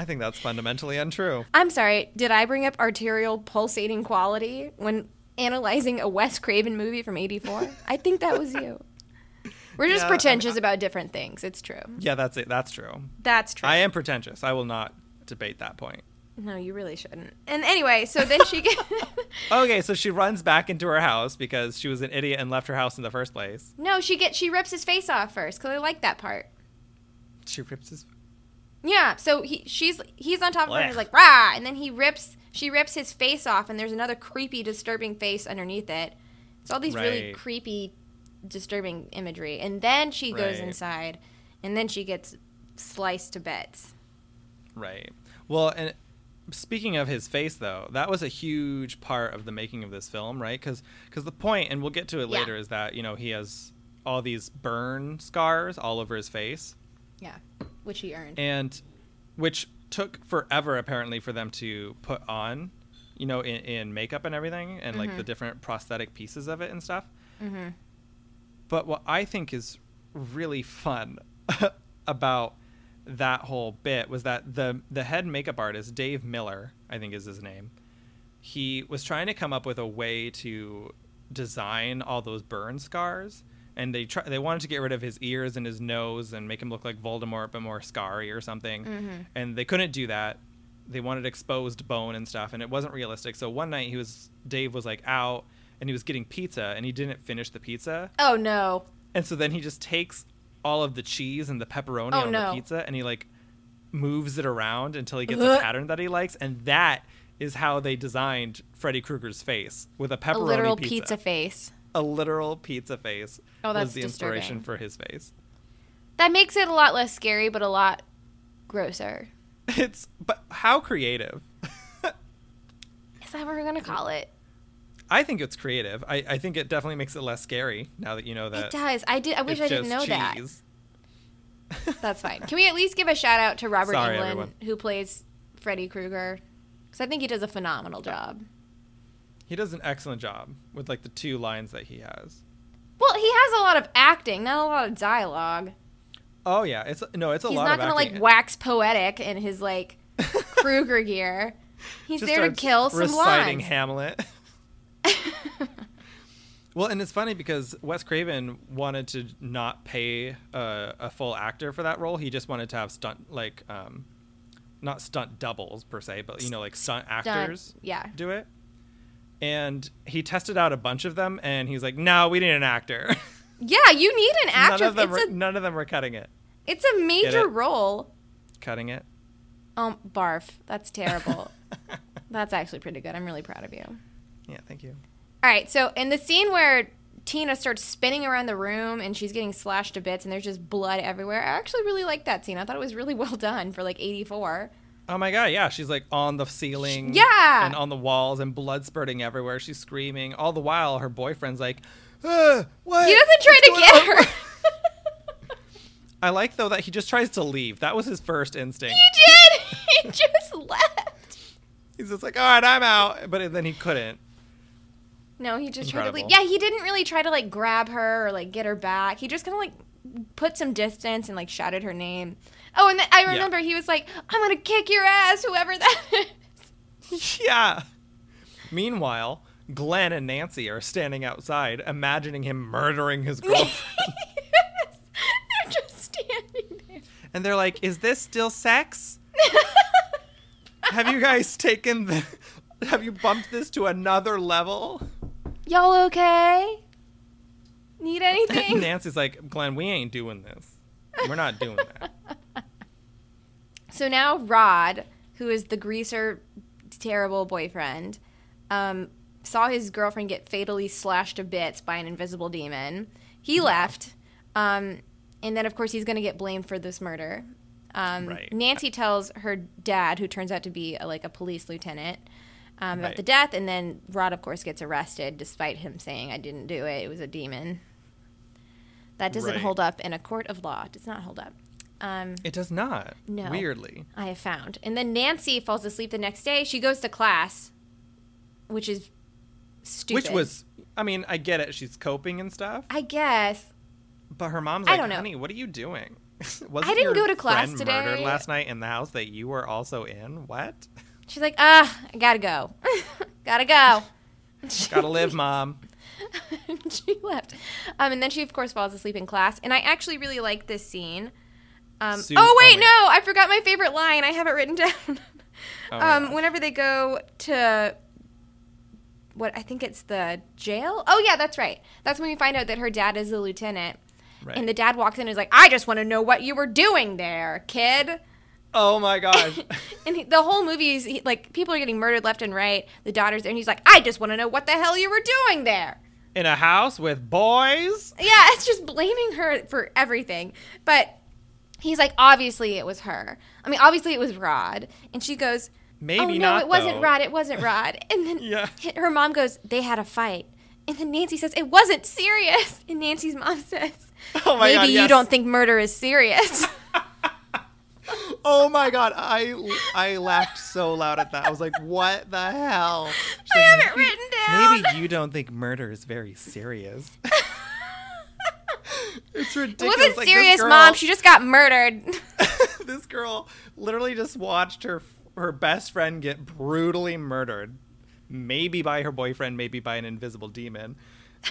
Speaker 2: I think that's fundamentally untrue.
Speaker 3: I'm sorry. Did I bring up arterial pulsating quality when analyzing a Wes Craven movie from '84? I think that was you. We're just
Speaker 2: Yeah, I mean,
Speaker 3: pretentious about different things. It's true.
Speaker 2: Yeah, that's it. That's true.
Speaker 3: That's true.
Speaker 2: I am pretentious. I will not debate that point.
Speaker 3: No, you really shouldn't. And anyway, so then she gets.
Speaker 2: Okay, so she runs back into her house because she was an idiot and left her house in the first place.
Speaker 3: no, she gets she rips his face off first because I like that part.
Speaker 2: She rips his.
Speaker 3: Yeah, so he she's he's on top of her and he's
Speaker 2: Blech.
Speaker 3: like rah, and then he rips she rips his face off, and there's another creepy, disturbing face underneath it. It's all these really
Speaker 2: Right.
Speaker 3: creepy, disturbing imagery, and then she goes
Speaker 2: Right.
Speaker 3: inside, and then she gets sliced to bits.
Speaker 2: Right. Well, and speaking of his face, though, that was a huge part of the making of this film, right? Because the point, and we'll get to it
Speaker 3: Yeah.
Speaker 2: later, is that you know he has all these burn scars all over his face.
Speaker 3: Yeah, which he earned.
Speaker 2: and which took forever apparently for them to put on you know in, in makeup and everything and like the different prosthetic pieces of it and stuff but what i think is really fun about that whole bit was that the the head makeup artist Dave Miller, I think is his name, he was trying to come up with a way to design all those burn scars and they try, they wanted to get rid of his ears and his nose and make him look like Voldemort but more scary or something.
Speaker 3: Mm-hmm.
Speaker 2: And they couldn't do that. They wanted exposed bone and stuff and it wasn't realistic. So one night he was Dave was like out and he was getting pizza and he didn't finish the pizza.
Speaker 3: Oh no.
Speaker 2: And so then he just takes all of the cheese and the pepperoni
Speaker 3: Oh,
Speaker 2: on
Speaker 3: no.
Speaker 2: the pizza and he like moves it around until he gets
Speaker 3: Ugh.
Speaker 2: a pattern that he likes and that is how they designed Freddy Krueger's face with a pepperoni
Speaker 3: A literal
Speaker 2: pizza.
Speaker 3: pizza face.
Speaker 2: A literal pizza face
Speaker 3: Oh, that's
Speaker 2: was the inspiration
Speaker 3: disturbing.
Speaker 2: for his face.
Speaker 3: That makes it a lot less scary, but a lot grosser.
Speaker 2: It's but how creative.
Speaker 3: Is that what we're gonna call it?
Speaker 2: I think it's creative. I, I think it definitely makes it less scary now that you know that.
Speaker 3: it does. I did. I wish
Speaker 2: Uh, it's
Speaker 3: I didn't
Speaker 2: just
Speaker 3: know that.
Speaker 2: cheese.
Speaker 3: That's fine. Can we at least give a shout out to Robert
Speaker 2: Sorry,
Speaker 3: Englund,
Speaker 2: everyone.
Speaker 3: who plays Freddy Krueger? Because I think he does a phenomenal job.
Speaker 2: He does an excellent job with like the two lines that he has.
Speaker 3: Well, he has a lot of acting, not a lot of dialogue.
Speaker 2: Oh yeah, it's no, it's a
Speaker 3: He's
Speaker 2: lot
Speaker 3: not
Speaker 2: of
Speaker 3: gonna
Speaker 2: acting.
Speaker 3: like wax poetic in his like Krueger gear. He's
Speaker 2: Just
Speaker 3: there to
Speaker 2: starts
Speaker 3: kill some
Speaker 2: reciting
Speaker 3: lines.
Speaker 2: Hamlet. well, and it's funny because Wes Craven wanted to not pay uh, a full actor for that role. He just wanted to have stunt like um, not stunt doubles per se, but you know like stunt actors
Speaker 3: yeah.
Speaker 2: do it. And he tested out a bunch of them, and he's like, "No, we need an actor.
Speaker 3: Yeah, you need an
Speaker 2: none
Speaker 3: actor.
Speaker 2: of
Speaker 3: It's
Speaker 2: them, were,
Speaker 3: a
Speaker 2: none of them were cutting it.
Speaker 3: it's a major
Speaker 2: it?
Speaker 3: role.
Speaker 2: Cutting it.
Speaker 3: Um, barf. That's terrible. That's actually pretty good. I'm really proud of you. All
Speaker 2: Yeah, thank you.
Speaker 3: right. So in the scene where Tina starts spinning around the room and she's getting slashed to bits and there's just blood everywhere, I actually really liked that scene. I thought it was really well done for like '84.
Speaker 2: Oh my god, yeah, she's like on the ceiling,
Speaker 3: Yeah.
Speaker 2: and on the walls, and blood spurting everywhere. She's screaming all the while. Her boyfriend's like, "Uh, "What?"
Speaker 3: He doesn't try
Speaker 2: What's
Speaker 3: to
Speaker 2: going
Speaker 3: get
Speaker 2: on?"
Speaker 3: her.
Speaker 2: I like though that he just tries to leave. That was his first instinct.
Speaker 3: he did. He just left.
Speaker 2: He's just like, "All right, I'm out," but then he couldn't.
Speaker 3: No, he just tried
Speaker 2: Incredible.
Speaker 3: to leave. Yeah, he didn't really try to like grab her or like get her back. He just kind of like put some distance and like shouted her name. Oh, and then I remember he was like, "I'm gonna kick your ass, whoever that is."
Speaker 2: yeah. Meanwhile, Glenn and Nancy are standing outside, imagining him murdering his girlfriend.
Speaker 3: Yes. They're just standing there.
Speaker 2: and they're like, "Is this still sex? Have you guys taken the? Have you bumped this to another level?"
Speaker 3: Y'all okay? Need anything?
Speaker 2: Nancy's like, "Glenn, we ain't doing this. We're not doing that."
Speaker 3: So now Rod, who is the greaser, terrible boyfriend, um, saw his girlfriend get fatally slashed to bits by an invisible demon. He left, um, and then of course he's going to get blamed for this murder. Um,
Speaker 2: Right.
Speaker 3: Nancy tells her dad, who turns out to be a, like a police lieutenant, um, about
Speaker 2: Right.
Speaker 3: the death, and then Rod, of course, gets arrested despite him saying, "I didn't do it; it was a demon." That doesn't
Speaker 2: Right.
Speaker 3: hold up in a court of law. It does not hold up. Um,
Speaker 2: It does not.
Speaker 3: No.
Speaker 2: Weirdly,
Speaker 3: I have found. And then Nancy falls asleep the next day. She goes to class, which is stupid.
Speaker 2: which was, I mean, I get it. She's coping and stuff,
Speaker 3: I guess.
Speaker 2: but her mom's
Speaker 3: I
Speaker 2: like,
Speaker 3: don't know.
Speaker 2: "Honey, what are you doing?" was
Speaker 3: didn't go to class
Speaker 2: Murdered
Speaker 3: today.
Speaker 2: last night in the house that you were also in. What?
Speaker 3: She's like, ah, I gotta go. gotta go.
Speaker 2: Gotta live, mom.
Speaker 3: she left. Um, and then she, of course, falls asleep in class. And I actually really like this scene. Um,
Speaker 2: Sue-
Speaker 3: oh, wait,
Speaker 2: oh my
Speaker 3: no. I forgot my favorite line. I have it written down.
Speaker 2: Oh my
Speaker 3: um,
Speaker 2: gosh.
Speaker 3: Whenever they go to what I think it's the jail. Oh, yeah, that's right. That's when we find out that her dad is a lieutenant.
Speaker 2: Right.
Speaker 3: And the dad walks in and is like, I just want to know what you were doing there, kid.
Speaker 2: oh my gosh.
Speaker 3: And he, the whole movie is he, like, people are getting murdered left and right. The daughter's there, and he's like, I just want to know what the hell you were doing there.
Speaker 2: in a house with boys.
Speaker 3: Yeah, it's just blaming her for everything. But he's like, obviously it was her. I mean, obviously it was Rod. And she goes,
Speaker 2: Maybe
Speaker 3: oh, no,
Speaker 2: not,
Speaker 3: it wasn't
Speaker 2: though."
Speaker 3: Rod. It wasn't Rod. And then
Speaker 2: Yeah.
Speaker 3: her mom goes, they had a fight. And then Nancy says, it wasn't serious. And Nancy's mom says,
Speaker 2: Oh my
Speaker 3: maybe
Speaker 2: god.
Speaker 3: you
Speaker 2: yes.
Speaker 3: don't think murder is serious.
Speaker 2: Oh my god, I I laughed so loud at that. I was like, "What the hell?"
Speaker 3: I have it written down.
Speaker 2: Maybe you don't think murder is very serious. It's
Speaker 3: It
Speaker 2: ridiculous.
Speaker 3: wasn't
Speaker 2: Like, this
Speaker 3: serious,
Speaker 2: girl-
Speaker 3: mom. She just got murdered.
Speaker 2: this girl literally just watched her her best friend get brutally murdered, maybe by her boyfriend, maybe by an invisible demon.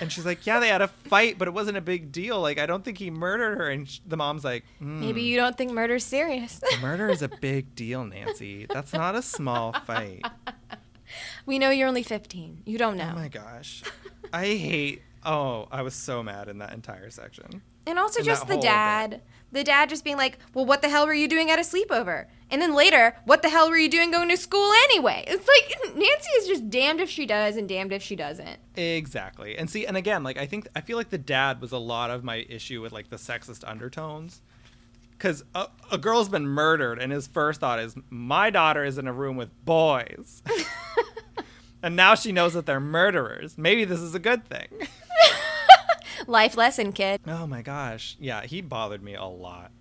Speaker 2: And she's like, "Yeah, they had a fight, but it wasn't a big deal. Like, I don't think he murdered her." And sh- the mom's like, "Mm,
Speaker 3: Maybe you don't think murder's serious.
Speaker 2: "Murder is a big deal, Nancy. That's not a small fight."
Speaker 3: we know you're only 15. You don't know.
Speaker 2: Oh my gosh, I hate. Oh, I was so mad in that entire section.
Speaker 3: And also
Speaker 2: in that
Speaker 3: just the
Speaker 2: whole bit.
Speaker 3: dad. The dad just being like, well, what the hell were you doing at a sleepover? And then later, what the hell were you doing going to school anyway? It's like Nancy is just damned if she does and damned if she doesn't.
Speaker 2: Exactly. And see, and again, like I think I feel like the dad was a lot of my issue with like the sexist undertones. Cuz a, a girl's been murdered and his first thought is my daughter is in a room with boys. and now she knows that they're murderers. Maybe this is a good thing.
Speaker 3: Life lesson, kid.
Speaker 2: Oh my gosh. Yeah, he bothered me a lot.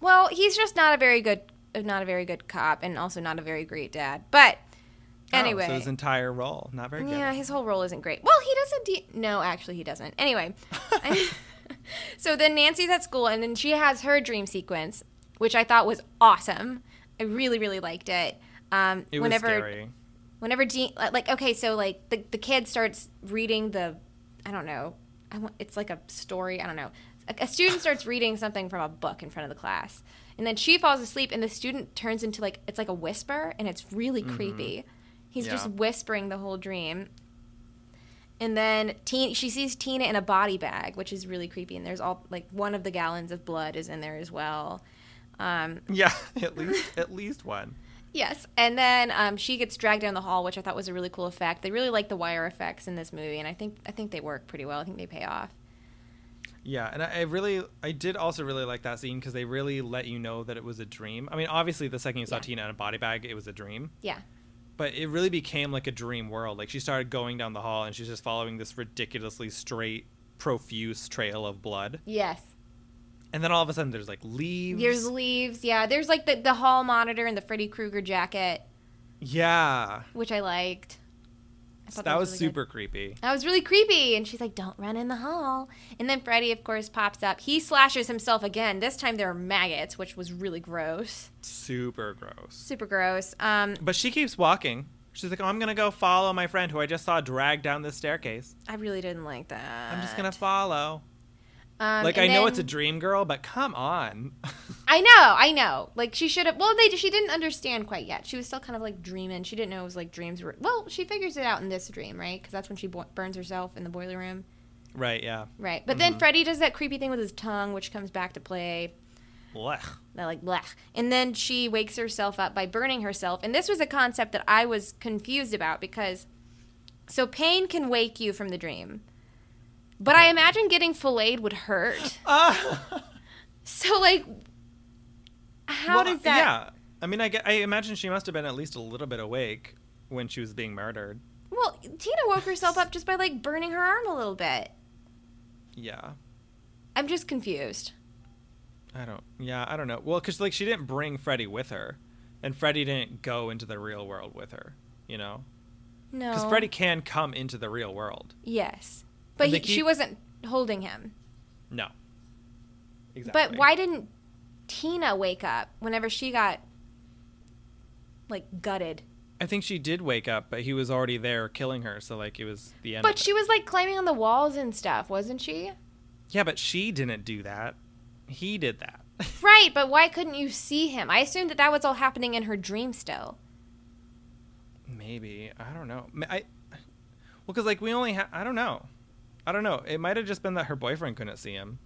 Speaker 3: Well, he's just not a very good not a very good cop and also not a very great dad. But
Speaker 2: Oh,
Speaker 3: anyway.
Speaker 2: so his entire role, not very
Speaker 3: Yeah,
Speaker 2: good.
Speaker 3: his whole role isn't great. Well, he doesn't. De- no, actually, he doesn't. Anyway, I- so then Nancy's at school, and then she has her dream sequence, which I thought was awesome. I really, really liked it. Um,
Speaker 2: It was
Speaker 3: whenever,
Speaker 2: scary.
Speaker 3: whenever Dean, like, okay, so like the the kid starts reading the, I don't know, I want, it's like a story. I don't know. A, a student starts reading something from a book in front of the class, and then she falls asleep, and the student turns into like it's like a whisper, and it's really creepy. He's just
Speaker 2: Yeah.
Speaker 3: whispering the whole dream. And then Teen, she sees Tina in a body bag, which is really creepy. And there's all like one of the gallons of blood is in there as well. Um,
Speaker 2: Yeah, at least at least one.
Speaker 3: yes. And then um, she gets dragged down the hall, which I thought was a really cool effect. They really like the wire effects in this movie, and I think I think they work pretty well. I think they pay off.
Speaker 2: Yeah, and I, I really, I did also really like that scene because they really let you know that it was a dream. I mean, obviously, the second you saw
Speaker 3: Yeah.
Speaker 2: Tina in a body bag, it was a dream,
Speaker 3: Yeah.
Speaker 2: but it really became like a dream world. Like she started going down the hall and she's just following this ridiculously straight, profuse trail of blood,
Speaker 3: Yes.
Speaker 2: and then all of a sudden there's like leaves.
Speaker 3: There's leaves. Yeah. There's like the the hall monitor and the Freddy Krueger jacket,
Speaker 2: yeah,
Speaker 3: which I liked. I
Speaker 2: so
Speaker 3: thought
Speaker 2: that was
Speaker 3: really good.
Speaker 2: super creepy.
Speaker 3: That was really creepy. And she's like, don't run in the hall. And then Freddy, of course, pops up. He slashes himself again. This time there are maggots, which was really gross.
Speaker 2: Super gross.
Speaker 3: Super gross. Um,
Speaker 2: But she keeps walking. She's like, oh, I'm gonna go follow my friend who I just saw dragged down this staircase.
Speaker 3: I really didn't like that.
Speaker 2: I'm just gonna follow.
Speaker 3: Um,
Speaker 2: Like I
Speaker 3: and
Speaker 2: know it's a
Speaker 3: then-
Speaker 2: dream girl, but come on.
Speaker 3: I know, I know. Like she should have. Well, they she didn't understand quite yet. She was still kind of like dreaming. She didn't know it was like dreams were. Well, she figures it out in this dream, right? Because that's when she bo- burns herself in the boiler room,
Speaker 2: right? Yeah.
Speaker 3: right? But then Freddy does that creepy thing with his tongue, which comes back to play.
Speaker 2: Blech.
Speaker 3: They're like blech. And then she wakes herself up by burning herself. And this was a concept that I was confused about because so pain can wake you from the dream. But I imagine getting filleted would hurt. So like how
Speaker 2: Well,
Speaker 3: does that
Speaker 2: Yeah, I mean, I, ge- I imagine she must have been at least a little bit awake when she was being murdered.
Speaker 3: Well, Tina woke herself up just by like burning her arm a little bit.
Speaker 2: Yeah,
Speaker 3: I'm just confused.
Speaker 2: I don't. Yeah, I don't know. Well, because like she didn't bring Freddy with her, and Freddy didn't go into the real world with her. You know,
Speaker 3: No.
Speaker 2: because Freddy can come into the real world.
Speaker 3: Yes. But
Speaker 2: And
Speaker 3: he,
Speaker 2: they
Speaker 3: she
Speaker 2: keep-
Speaker 3: wasn't holding him.
Speaker 2: No. Exactly.
Speaker 3: But why didn't Tina wake up whenever she got like gutted?
Speaker 2: I think she did wake up, but he was already there killing her. So like it was the end.
Speaker 3: But
Speaker 2: of it.
Speaker 3: she was like climbing on the walls and stuff, wasn't she?
Speaker 2: Yeah, but she didn't do that. He did that.
Speaker 3: Right, but why couldn't you see him? I assumed that that was all happening in her dream still.
Speaker 2: Maybe I don't know. Ma- I well, because like we only ha I don't know. I don't know. It might have just been that her boyfriend couldn't see him.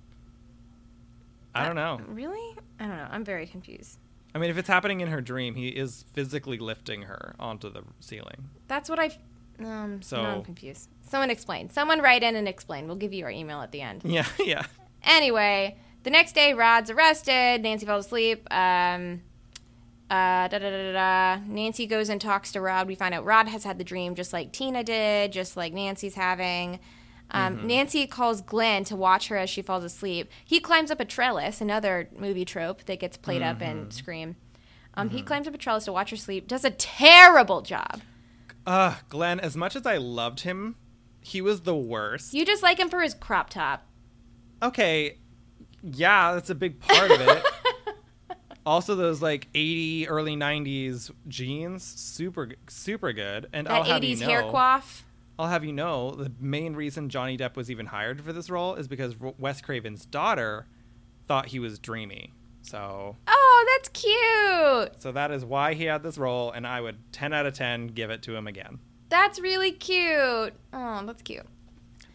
Speaker 2: I don't know.
Speaker 3: Really? I don't know. I'm very confused.
Speaker 2: I mean, if it's happening in her dream, he is physically lifting her onto the ceiling.
Speaker 3: That's what I. Um, so
Speaker 2: So-
Speaker 3: I'm confused. Someone explain. Someone write in and explain. We'll give you our email at the end.
Speaker 2: Yeah, yeah.
Speaker 3: Anyway, the next day, Rod's arrested. Nancy falls asleep. Um, uh, da, da, da, da, da. Nancy goes and talks to Rod. We find out Rod has had the dream just like Tina did, just like Nancy's having. Um,
Speaker 2: Mm-hmm.
Speaker 3: Nancy calls Glenn to watch her as she falls asleep. He climbs up a trellis, another movie trope that gets played up
Speaker 2: Mm-hmm.
Speaker 3: in Scream. Um, He climbs up a trellis to watch her sleep, does a terrible job.
Speaker 2: Uh, Glenn. As much as I loved him, he was the worst.
Speaker 3: You just like him for his crop top.
Speaker 2: Okay, yeah, that's a big part of it. also, those like 80, early 90s jeans, super, super good. And I'll
Speaker 3: That
Speaker 2: have Oh, you
Speaker 3: 80s
Speaker 2: know,
Speaker 3: hair coif.
Speaker 2: I'll have you know, the main reason Johnny Depp was even hired for this role is because R- Wes Craven's daughter thought he was dreamy. So,
Speaker 3: Oh, that's cute.
Speaker 2: so that is why he had this role, and I would 10 out of 10 give it to him again.
Speaker 3: That's really cute. Oh, that's cute.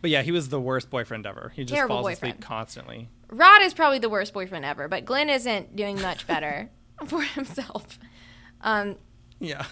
Speaker 2: But yeah, he was the worst boyfriend ever. He just
Speaker 3: Terrible
Speaker 2: falls
Speaker 3: boyfriend.
Speaker 2: asleep constantly.
Speaker 3: Rod is probably the worst boyfriend ever, but Glenn isn't doing much better for himself. Um,
Speaker 2: Yeah.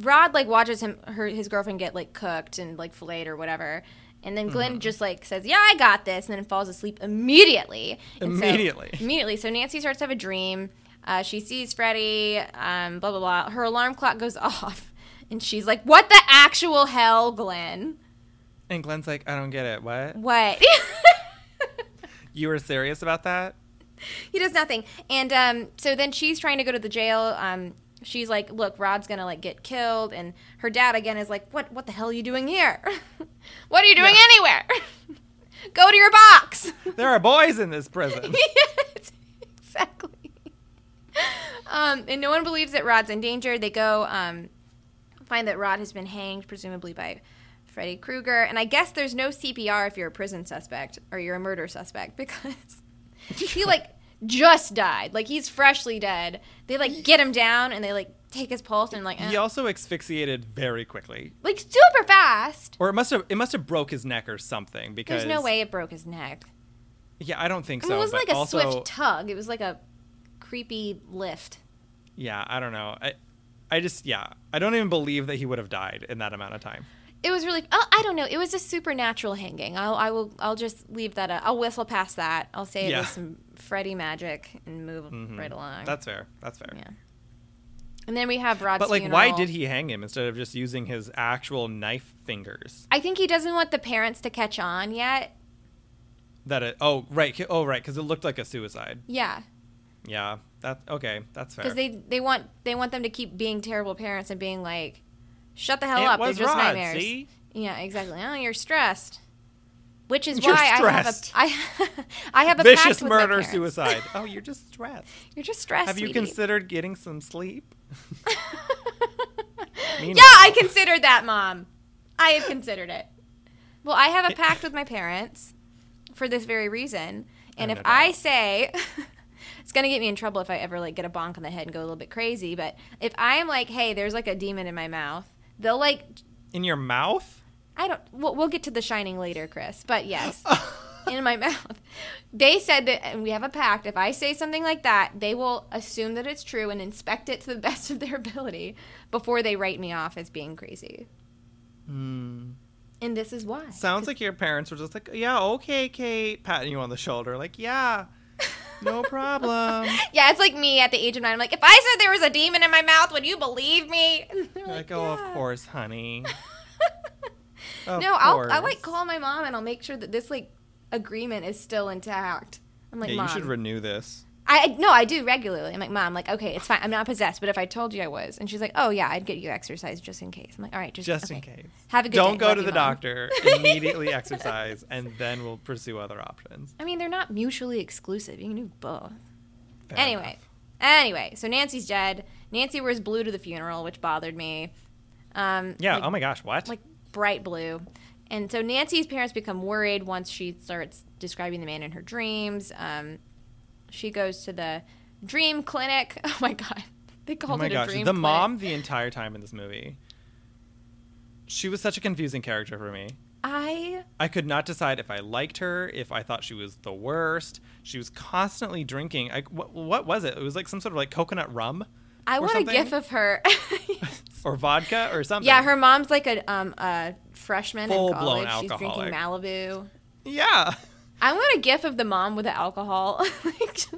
Speaker 3: Rod like watches him her his girlfriend get like cooked and like filleted or whatever. And then Glenn just like says, "Yeah, I got this," and then falls asleep immediately. And so-
Speaker 2: Immediately.
Speaker 3: immediately. So Nancy starts to have a dream. Uh, she sees Freddy. Um, blah blah blah. Her alarm clock goes off, and she's like, "What the actual hell, Glenn?
Speaker 2: And Glenn's like, I don't get it. What?
Speaker 3: What?"
Speaker 2: You were serious about that?
Speaker 3: he does nothing. And um, so then she's trying to go to the jail. Um, she's like, "Look, Rod's gonna like get killed," and her dad again is like, "What? What the hell are you doing here? what are you doing
Speaker 2: Yeah.
Speaker 3: anywhere? go to your box."
Speaker 2: There are boys in this prison.
Speaker 3: Yes, exactly. Um, and no one believes that Rod's in danger. They go um, find that Rod has been hanged, presumably by Freddy Krueger. And I guess there's no CPR if you're a prison suspect or you're a murder suspect because he like just died. Like he's freshly dead. They like get him down and they like take his pulse and like eh.
Speaker 2: He also asphyxiated very quickly,
Speaker 3: like super fast.
Speaker 2: or it must have it must have broke his neck or something. Because
Speaker 3: There's no way it broke his neck.
Speaker 2: Yeah, I don't think so.
Speaker 3: I mean, it wasn't
Speaker 2: but
Speaker 3: like a
Speaker 2: also,
Speaker 3: swift tug. It was like a creepy lift.
Speaker 2: yeah, I don't know. I, I just yeah, I don't even believe that he would have died in that amount of time.
Speaker 3: It was really. Oh, I don't know. It was a supernatural hanging. I'll, I will. I'll just leave that. Up. I'll whistle past that. I'll say
Speaker 2: Yeah. Mm-hmm.
Speaker 3: it was some Freddy magic and move right along.
Speaker 2: That's fair. That's fair.
Speaker 3: yeah. And then we have Rod's.
Speaker 2: But like, why
Speaker 3: funeral.
Speaker 2: did he hang him instead of just using his actual knife fingers?
Speaker 3: I think he doesn't want the parents to catch on yet.
Speaker 2: That it, oh right ki- oh right because it looked like a suicide.
Speaker 3: Yeah,
Speaker 2: Yeah, that okay. That's fair.
Speaker 3: because they they want they want them to keep being terrible parents and being like, shut the hell
Speaker 2: it
Speaker 3: up. They're
Speaker 2: was
Speaker 3: just
Speaker 2: Rod,
Speaker 3: nightmares.
Speaker 2: see?
Speaker 3: Yeah, exactly. Oh, you're stressed. Which is
Speaker 2: You're
Speaker 3: why
Speaker 2: stressed.
Speaker 3: I have a I, I have a pact
Speaker 2: Vicious
Speaker 3: with my
Speaker 2: murder
Speaker 3: parents.
Speaker 2: suicide. Oh, you're just stressed.
Speaker 3: You're just stressed.
Speaker 2: Have you
Speaker 3: sweetie.
Speaker 2: considered getting some sleep? Meanwhile-
Speaker 3: Yeah, I considered that, Mom. I have considered it. Well, I have a pact with my parents for this very reason. And
Speaker 2: Oh,
Speaker 3: if
Speaker 2: no doubt.
Speaker 3: I say it's gonna get me in trouble if I ever like get a bonk on the head and go a little bit crazy, but if I'm like, hey, there's like a demon in my mouth, they'll like
Speaker 2: In your mouth?
Speaker 3: I don't we'll, we'll get to the shining later, Chris. But yes. in my mouth. They said that and we have a pact, if I say something like that, they will assume that it's true and inspect it to the best of their ability before they write me off as being crazy.
Speaker 2: Hmm.
Speaker 3: And this is why.
Speaker 2: Sounds like your parents were just like, yeah, okay, Kate, patting you on the shoulder, like, yeah, no problem.
Speaker 3: Yeah, it's like me at the age of nine. I'm like, if I said there was a demon in my mouth, would you believe me? And
Speaker 2: You're
Speaker 3: they're
Speaker 2: like, oh,
Speaker 3: "Yeah."
Speaker 2: of course, honey. Of
Speaker 3: no, I'll I
Speaker 2: course."
Speaker 3: like call my mom and I'll make sure that this like agreement is still intact. I'm like,
Speaker 2: yeah,
Speaker 3: mom,
Speaker 2: you should renew this.
Speaker 3: I I- no, I do regularly. I'm like, mom, like, okay, it's fine. I'm not possessed, but if I told you I was, and she's like, oh yeah, I'd get you exercise just in case. I'm like, all right, just
Speaker 2: Just
Speaker 3: okay.
Speaker 2: in case.
Speaker 3: Have a good
Speaker 2: Don't
Speaker 3: day.
Speaker 2: go
Speaker 3: Love
Speaker 2: to
Speaker 3: you,
Speaker 2: the
Speaker 3: Mom.
Speaker 2: doctor. Immediately exercise, and then we'll pursue other options.
Speaker 3: I mean, they're not mutually exclusive. You can do both.
Speaker 2: Fair
Speaker 3: anyway,
Speaker 2: enough.
Speaker 3: anyway, so Nancy's dead. Nancy wears blue to the funeral, which bothered me. Um,
Speaker 2: Yeah,
Speaker 3: like,
Speaker 2: oh my gosh, what?
Speaker 3: like bright blue. And so Nancy's parents become worried once she starts describing the man in her dreams. Um, she goes to the dream clinic. Oh my god, they
Speaker 2: oh
Speaker 3: called
Speaker 2: my
Speaker 3: it a
Speaker 2: gosh.
Speaker 3: dream.
Speaker 2: The
Speaker 3: clinic.
Speaker 2: mom, the entire time in this movie, she was such a confusing character for me.
Speaker 3: I
Speaker 2: I could not decide if I liked her, if I thought she was the worst. She was constantly drinking. I, what, what was it? It was like some sort of like coconut rum
Speaker 3: I
Speaker 2: Or
Speaker 3: want a
Speaker 2: something?
Speaker 3: gif of her.
Speaker 2: or vodka or something.
Speaker 3: yeah, her mom's like a um a freshman in
Speaker 2: Full-blown
Speaker 3: college. She's drinking
Speaker 2: alcoholic.
Speaker 3: Malibu.
Speaker 2: Yeah.
Speaker 3: I want a gif of the mom with the alcohol. like, just-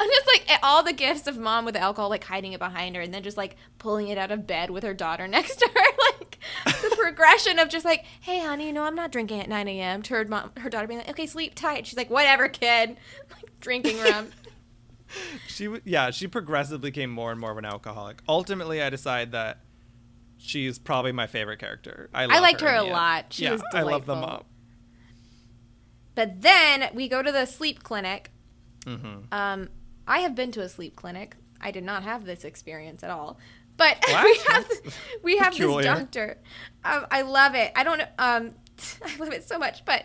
Speaker 3: I'm just like eh, all the gifs of mom with the alcohol, like hiding it behind her, and then just like pulling it out of bed with her daughter next to her. like the progression of just like, hey, honey, you know I'm not drinking at 9 a.m. To her mom, her daughter being like, okay, sleep tight. She's like, whatever, kid. Like drinking rum.
Speaker 2: She w- yeah, she progressively became more and more of an alcoholic. Ultimately, I decide that she's probably my favorite character. I, love
Speaker 3: liked her
Speaker 2: in
Speaker 3: a
Speaker 2: the end.
Speaker 3: lot. She
Speaker 2: yeah,
Speaker 3: was
Speaker 2: I love the
Speaker 3: delightful.
Speaker 2: mom.
Speaker 3: But then we go to the sleep clinic
Speaker 2: Mm-hmm.
Speaker 3: Um, I have been to a sleep clinic. I did not have this experience at all. But
Speaker 2: What?
Speaker 3: we have we have
Speaker 2: Peculiar.
Speaker 3: this doctor. Um, I love it. I don't know. Um, I love it so much. But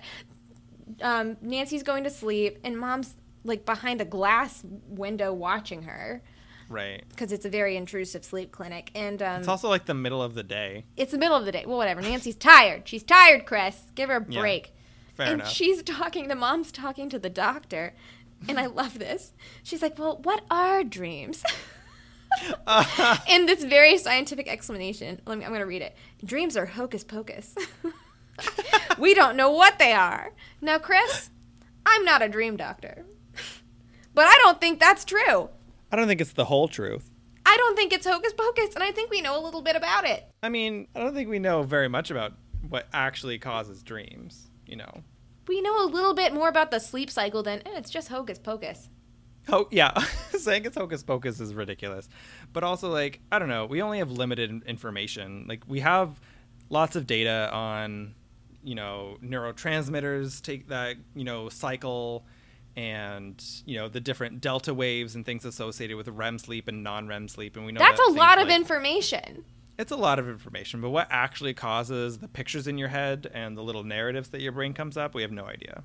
Speaker 3: um, Nancy's going to sleep, and Mom's like behind a glass window watching her
Speaker 2: Right.
Speaker 3: because it's a very intrusive sleep clinic. And um,
Speaker 2: It's also like the middle of the day.
Speaker 3: it's the middle of the day. Well, whatever. Nancy's tired. She's tired, Chris. Give her a
Speaker 2: Yeah,
Speaker 3: break.
Speaker 2: Fair
Speaker 3: and
Speaker 2: enough.
Speaker 3: she's talking, the mom's talking to the doctor. And I love this. She's like, Well, what are dreams? and this very scientific explanation. Let me, I'm going to read it. Dreams are hocus pocus. we don't know what they are. Now, Chris, I'm not a dream doctor, but I don't think that's true.
Speaker 2: I don't think it's the whole truth.
Speaker 3: I don't think it's hocus pocus, and I think we know a little bit about it.
Speaker 2: I mean, I don't think we know very much about what actually causes dreams, you know.
Speaker 3: We know a little bit more about the sleep cycle than eh, it's just hocus
Speaker 2: Oh,
Speaker 3: pocus.
Speaker 2: Ho- yeah, saying it's hocus pocus is ridiculous. But also, like, I don't know, we only have limited in- information. Like, we have lots of data on, you know, neurotransmitters, take that, you know, cycle and, you know, the different delta waves and things associated with REM sleep and non REM sleep. And we know
Speaker 3: That's
Speaker 2: that
Speaker 3: a
Speaker 2: things
Speaker 3: lot of
Speaker 2: like-
Speaker 3: information.
Speaker 2: It's a lot of information, but what actually causes the pictures in your head and the little narratives that your brain comes up, we have no idea.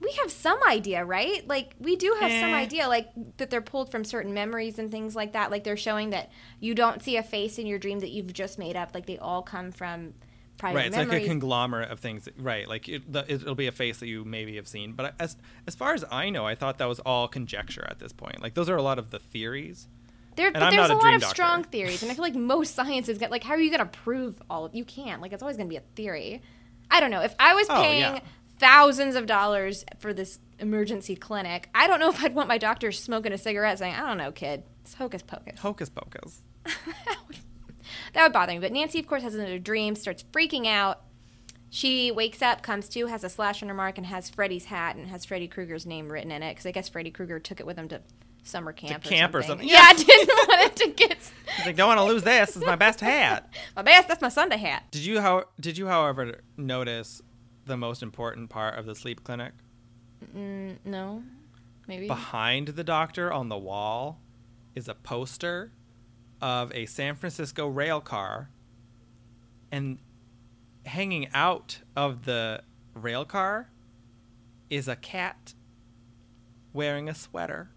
Speaker 3: We have some idea, right? Like we do have
Speaker 2: Eh.
Speaker 3: some idea, like that they're pulled from certain memories and things like that. Like they're showing that you don't see a face in your dream that you've just made up. Like they all come from private
Speaker 2: right it's
Speaker 3: memories.
Speaker 2: like a conglomerate of things right like it, the, it'll be a face that you maybe have seen but as as far as i know i thought that was all conjecture at this point like those are a lot of the theories
Speaker 3: there, but
Speaker 2: I'm not
Speaker 3: there's
Speaker 2: a
Speaker 3: a, lot
Speaker 2: dream
Speaker 3: of
Speaker 2: doctor.
Speaker 3: strong theories, and I feel like most sciences get like, how are you going to prove all of? You can't. Like it's always going to be a theory. I don't know. If I was
Speaker 2: Oh,
Speaker 3: paying
Speaker 2: yeah.
Speaker 3: thousands of dollars for this emergency clinic, I don't know if I'd want my doctor smoking a cigarette saying, "I don't know, kid, it's hocus pocus."
Speaker 2: hocus pocus
Speaker 3: that would bother me. But Nancy, of course, has another dream, starts freaking out. She wakes up, comes to, has a slash on her mark, and has Freddy's hat and has Freddy Krueger's name written in it because I guess Freddy Krueger took it with him to summer camp, or,
Speaker 2: camp or something.
Speaker 3: something. Yeah,
Speaker 2: Yeah.
Speaker 3: I didn't want it to get
Speaker 2: It's like don't want to lose this this is my best hat
Speaker 3: my best. That's my Sunday hat.
Speaker 2: did you how did you however notice the most important part of the sleep clinic
Speaker 3: No, maybe.
Speaker 2: behind the doctor on the wall is a poster of a San Francisco rail car and hanging out of the rail car is a cat wearing a sweater.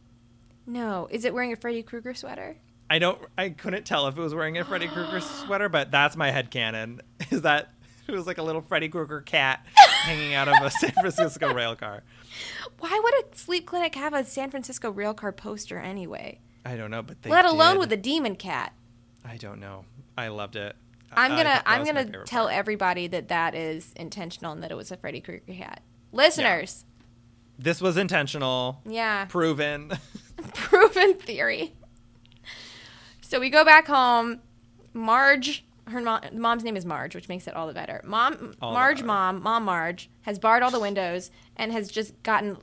Speaker 3: No, is it wearing a Freddy Krueger sweater?
Speaker 2: I don't I couldn't tell if it was wearing a Freddy Krueger sweater, but that's my headcanon. Is that it was like a little Freddy Krueger cat hanging out of a San Francisco rail car.
Speaker 3: Why would a sleep clinic have a San Francisco rail car poster anyway?
Speaker 2: I don't know, but they
Speaker 3: Let alone
Speaker 2: did.
Speaker 3: with a demon cat.
Speaker 2: I don't know. I loved it. I-
Speaker 3: I'm
Speaker 2: I
Speaker 3: gonna
Speaker 2: thought that
Speaker 3: I'm
Speaker 2: was my
Speaker 3: gonna
Speaker 2: favorite
Speaker 3: tell
Speaker 2: part.
Speaker 3: everybody that that is intentional and that it was a Freddy Krueger hat. Listeners,
Speaker 2: This was intentional,
Speaker 3: yeah,
Speaker 2: proven.
Speaker 3: proven theory. So we go back home. Marge, her mo- mom's name is Marge, which makes it all the better. Mom,
Speaker 2: All the
Speaker 3: Marge,
Speaker 2: better.
Speaker 3: mom, mom, Marge has barred all the windows and has just gotten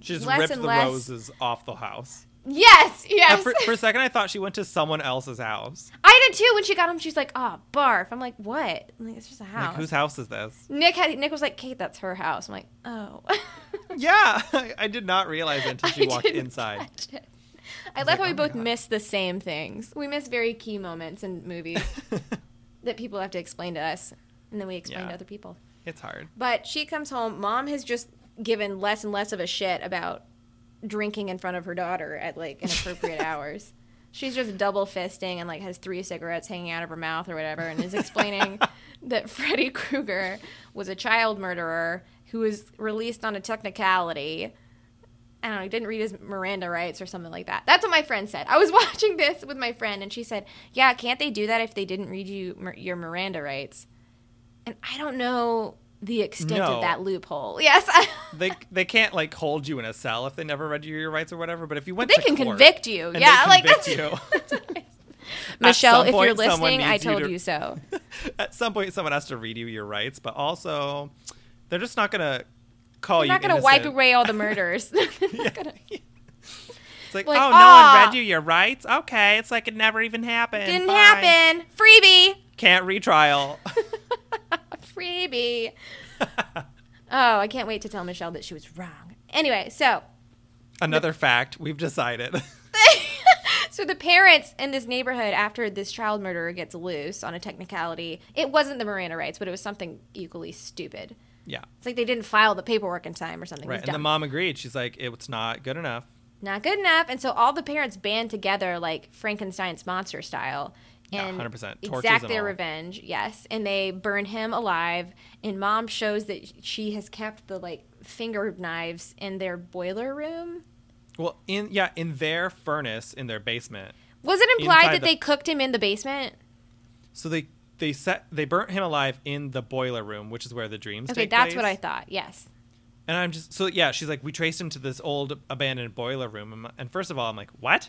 Speaker 2: She just
Speaker 3: Less
Speaker 2: ripped
Speaker 3: and
Speaker 2: the
Speaker 3: less.
Speaker 2: roses off the house.
Speaker 3: yes,
Speaker 2: Uh,
Speaker 3: yes.
Speaker 2: for, for a second, I thought she went to someone else's house.
Speaker 3: I did too. When she got home, she's like, "Oh, barf." I'm like, "What?" I'm like, it's just a
Speaker 2: Like,
Speaker 3: house.
Speaker 2: whose house is this?
Speaker 3: Nick had Nick was like, "Kate, that's her house." I'm like, "Oh."
Speaker 2: Yeah, I, I did not realize it until she
Speaker 3: I
Speaker 2: walked
Speaker 3: didn't
Speaker 2: inside.
Speaker 3: catch it. I, love
Speaker 2: like,
Speaker 3: how we
Speaker 2: "Oh my
Speaker 3: both
Speaker 2: God."
Speaker 3: miss the same things. We miss very key moments in movies that people have to explain to us, and then we explain to
Speaker 2: Yeah.
Speaker 3: other people.
Speaker 2: it's hard.
Speaker 3: But she comes home. Mom has just given less and less of a shit about drinking in front of her daughter at like inappropriate hours. She's just double fisting and like has three cigarettes hanging out of her mouth or whatever, and is explaining that Freddy Krueger was a child murderer who was released on a technicality. I don't know, he didn't read his Miranda rights or something like that. That's what my friend said. I was watching this with my friend, and she said, "Yeah, can't they do that if they didn't read you Mir- your Miranda rights?" And I don't know the extent
Speaker 2: No.
Speaker 3: of that loophole. Yes, I,
Speaker 2: They they can't like hold you in a cell if they never read you your rights or whatever. But if you went,
Speaker 3: they
Speaker 2: to
Speaker 3: can
Speaker 2: court
Speaker 3: convict you.
Speaker 2: and they
Speaker 3: yeah, like
Speaker 2: convict
Speaker 3: that's,
Speaker 2: you.
Speaker 3: Michelle,
Speaker 2: some
Speaker 3: if you're
Speaker 2: point, someone
Speaker 3: listening, I
Speaker 2: needs you
Speaker 3: told
Speaker 2: to-
Speaker 3: you so.
Speaker 2: At some point, someone has to read you your rights, but also they're just not gonna call
Speaker 3: They're
Speaker 2: you.
Speaker 3: not going to wipe
Speaker 2: innocent.
Speaker 3: away all the murders.
Speaker 2: It's like,
Speaker 3: Like,
Speaker 2: oh,
Speaker 3: "Aw."
Speaker 2: no one read you your rights. Okay, it's like it never even happened.
Speaker 3: Didn't
Speaker 2: Bye."
Speaker 3: happen. Freebie.
Speaker 2: Can't retrial.
Speaker 3: Freebie. oh, I can't wait to tell Michelle that she was wrong. Anyway, so
Speaker 2: Another fact we've decided.
Speaker 3: So the parents in this neighborhood, after this child murderer gets loose on a technicality, it wasn't the Miranda rights, but it was something equally stupid.
Speaker 2: yeah.
Speaker 3: It's like they didn't file the paperwork in time or something. It
Speaker 2: Right.
Speaker 3: was
Speaker 2: And the
Speaker 3: dumb.
Speaker 2: mom agreed. She's like, it's not good enough.
Speaker 3: Not good enough. And so all the parents band together, like Frankenstein's monster style,
Speaker 2: Yeah,
Speaker 3: and
Speaker 2: 100%. Torches
Speaker 3: exact
Speaker 2: and
Speaker 3: their
Speaker 2: all.
Speaker 3: revenge. Yes, and they burn him alive. And mom shows that she has kept the like finger knives in their boiler room.
Speaker 2: Well, in yeah, in their furnace in their basement.
Speaker 3: Was it implied
Speaker 2: Inside
Speaker 3: that
Speaker 2: the-
Speaker 3: they cooked him in the basement?
Speaker 2: So they they set they burnt him alive in the boiler room, which is where the dreams.
Speaker 3: Okay,
Speaker 2: take
Speaker 3: that's what I
Speaker 2: place.
Speaker 3: thought. Yes.
Speaker 2: And I'm just so yeah. She's like, we traced him to this old abandoned boiler room, and- and first of all, I'm like, what?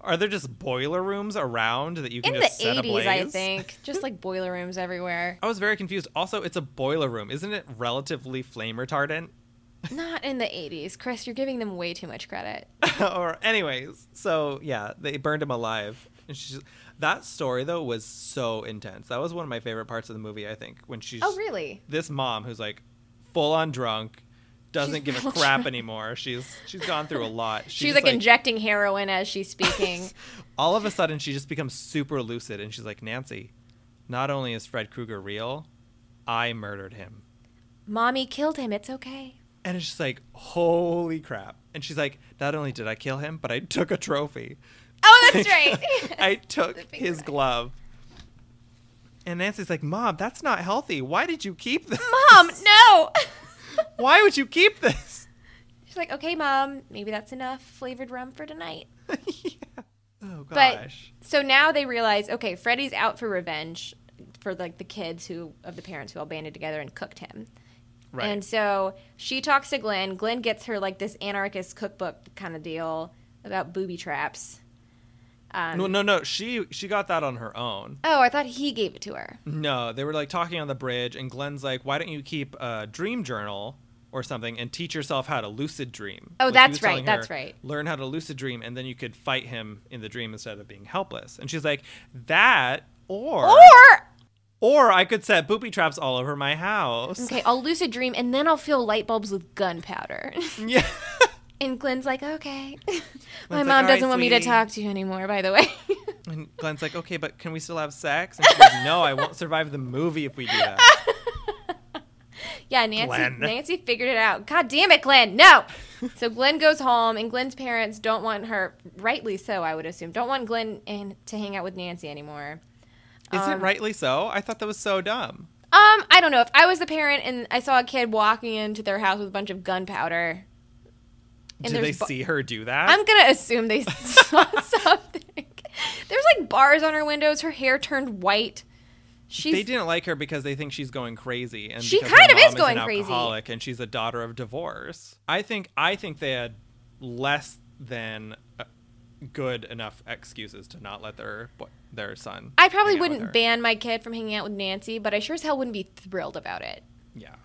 Speaker 2: Are there just boiler rooms around that you
Speaker 3: in
Speaker 2: can
Speaker 3: the
Speaker 2: just set
Speaker 3: 80s i
Speaker 2: ablaze?
Speaker 3: think just like boiler rooms everywhere
Speaker 2: I was very confused. Also, it's a boiler room, isn't it? Relatively flame retardant.
Speaker 3: not in the 80s chris you're giving them way too much credit
Speaker 2: or anyways, so yeah, they burned him alive. And she's that story though was so intense. That was one of my favorite parts of the movie. I think when she's
Speaker 3: oh really
Speaker 2: this mom who's like full on drunk, doesn't
Speaker 3: She's
Speaker 2: give a
Speaker 3: full
Speaker 2: crap
Speaker 3: drunk.
Speaker 2: anymore. She's she's gone through a lot.
Speaker 3: she's,
Speaker 2: just,
Speaker 3: like, injecting heroin as she's speaking
Speaker 2: all of a sudden she just becomes super lucid and she's like Nancy. Not only is Fred Krueger real, I murdered him.
Speaker 3: mommy killed him it's okay
Speaker 2: And it's just like, holy crap. And she's like, not only did I kill him, but I took a trophy.
Speaker 3: oh that's right
Speaker 2: I took
Speaker 3: The finger
Speaker 2: his
Speaker 3: knife.
Speaker 2: glove. And Nancy's like, Mom, that's not healthy. Why did you keep this?
Speaker 3: mom no
Speaker 2: Why would you keep this?
Speaker 3: she's like okay mom maybe that's enough flavored rum for tonight
Speaker 2: Yeah. Oh,
Speaker 3: But-
Speaker 2: gosh.
Speaker 3: so now they realize okay freddy's out for revenge for like the kids who of the parents who all banded together and cooked him
Speaker 2: right.
Speaker 3: And so she talks to Glenn. Glenn gets her like this anarchist cookbook kind of deal about booby traps. Um,
Speaker 2: no, no, no. She she got that on her own.
Speaker 3: Oh, I thought he gave it to her.
Speaker 2: No, they were like talking on the bridge, and Glenn's like, "Why don't you keep a dream journal or something and teach yourself how to lucid dream?"
Speaker 3: Oh,
Speaker 2: Like, he
Speaker 3: that's
Speaker 2: was telling
Speaker 3: right, that's right.
Speaker 2: Learn how to lucid dream, and then you could fight him in the dream instead of being helpless. And she's like, "That or
Speaker 3: Or
Speaker 2: or I could set booby traps all over my house."
Speaker 3: okay, I'll lucid dream and then I'll fill light bulbs with gunpowder.
Speaker 2: Yeah.
Speaker 3: and Glenn's like, okay. My
Speaker 2: like,
Speaker 3: mom
Speaker 2: "All
Speaker 3: doesn't
Speaker 2: right,
Speaker 3: want me to
Speaker 2: sweetie."
Speaker 3: talk to you anymore. By the way,
Speaker 2: And Glenn's like, "Okay, but can we still have sex?" And she's like, "No, I won't survive the movie if we do that."
Speaker 3: yeah, Nancy.
Speaker 2: Glenn.
Speaker 3: Nancy figured it out. God damn it, Glenn! No. so Glenn goes home, and Glenn's parents don't want her. Rightly so, I would assume. Don't want Glenn and to hang out with Nancy anymore.
Speaker 2: Is it rightly so? I thought that was so dumb.
Speaker 3: Um, I don't know. If I was a parent and I saw a kid walking into their house with a bunch of gunpowder,
Speaker 2: Did
Speaker 3: and
Speaker 2: they
Speaker 3: there's bu-
Speaker 2: see her do that?
Speaker 3: I'm gonna assume they saw something. There's like bars on her windows. Her hair turned white.
Speaker 2: they
Speaker 3: She's
Speaker 2: didn't like her because they think she's going crazy, and
Speaker 3: She
Speaker 2: because her
Speaker 3: kind of
Speaker 2: mom
Speaker 3: is
Speaker 2: an
Speaker 3: going crazy.
Speaker 2: alcoholic, and she's a daughter of divorce. I think I think they had less than uh, good enough excuses to not let their boy- their son.
Speaker 3: I
Speaker 2: hang out
Speaker 3: probably
Speaker 2: with
Speaker 3: wouldn't
Speaker 2: her.
Speaker 3: ban my kid from hanging out with Nancy, but I sure as hell wouldn't be thrilled about it.
Speaker 2: Yeah,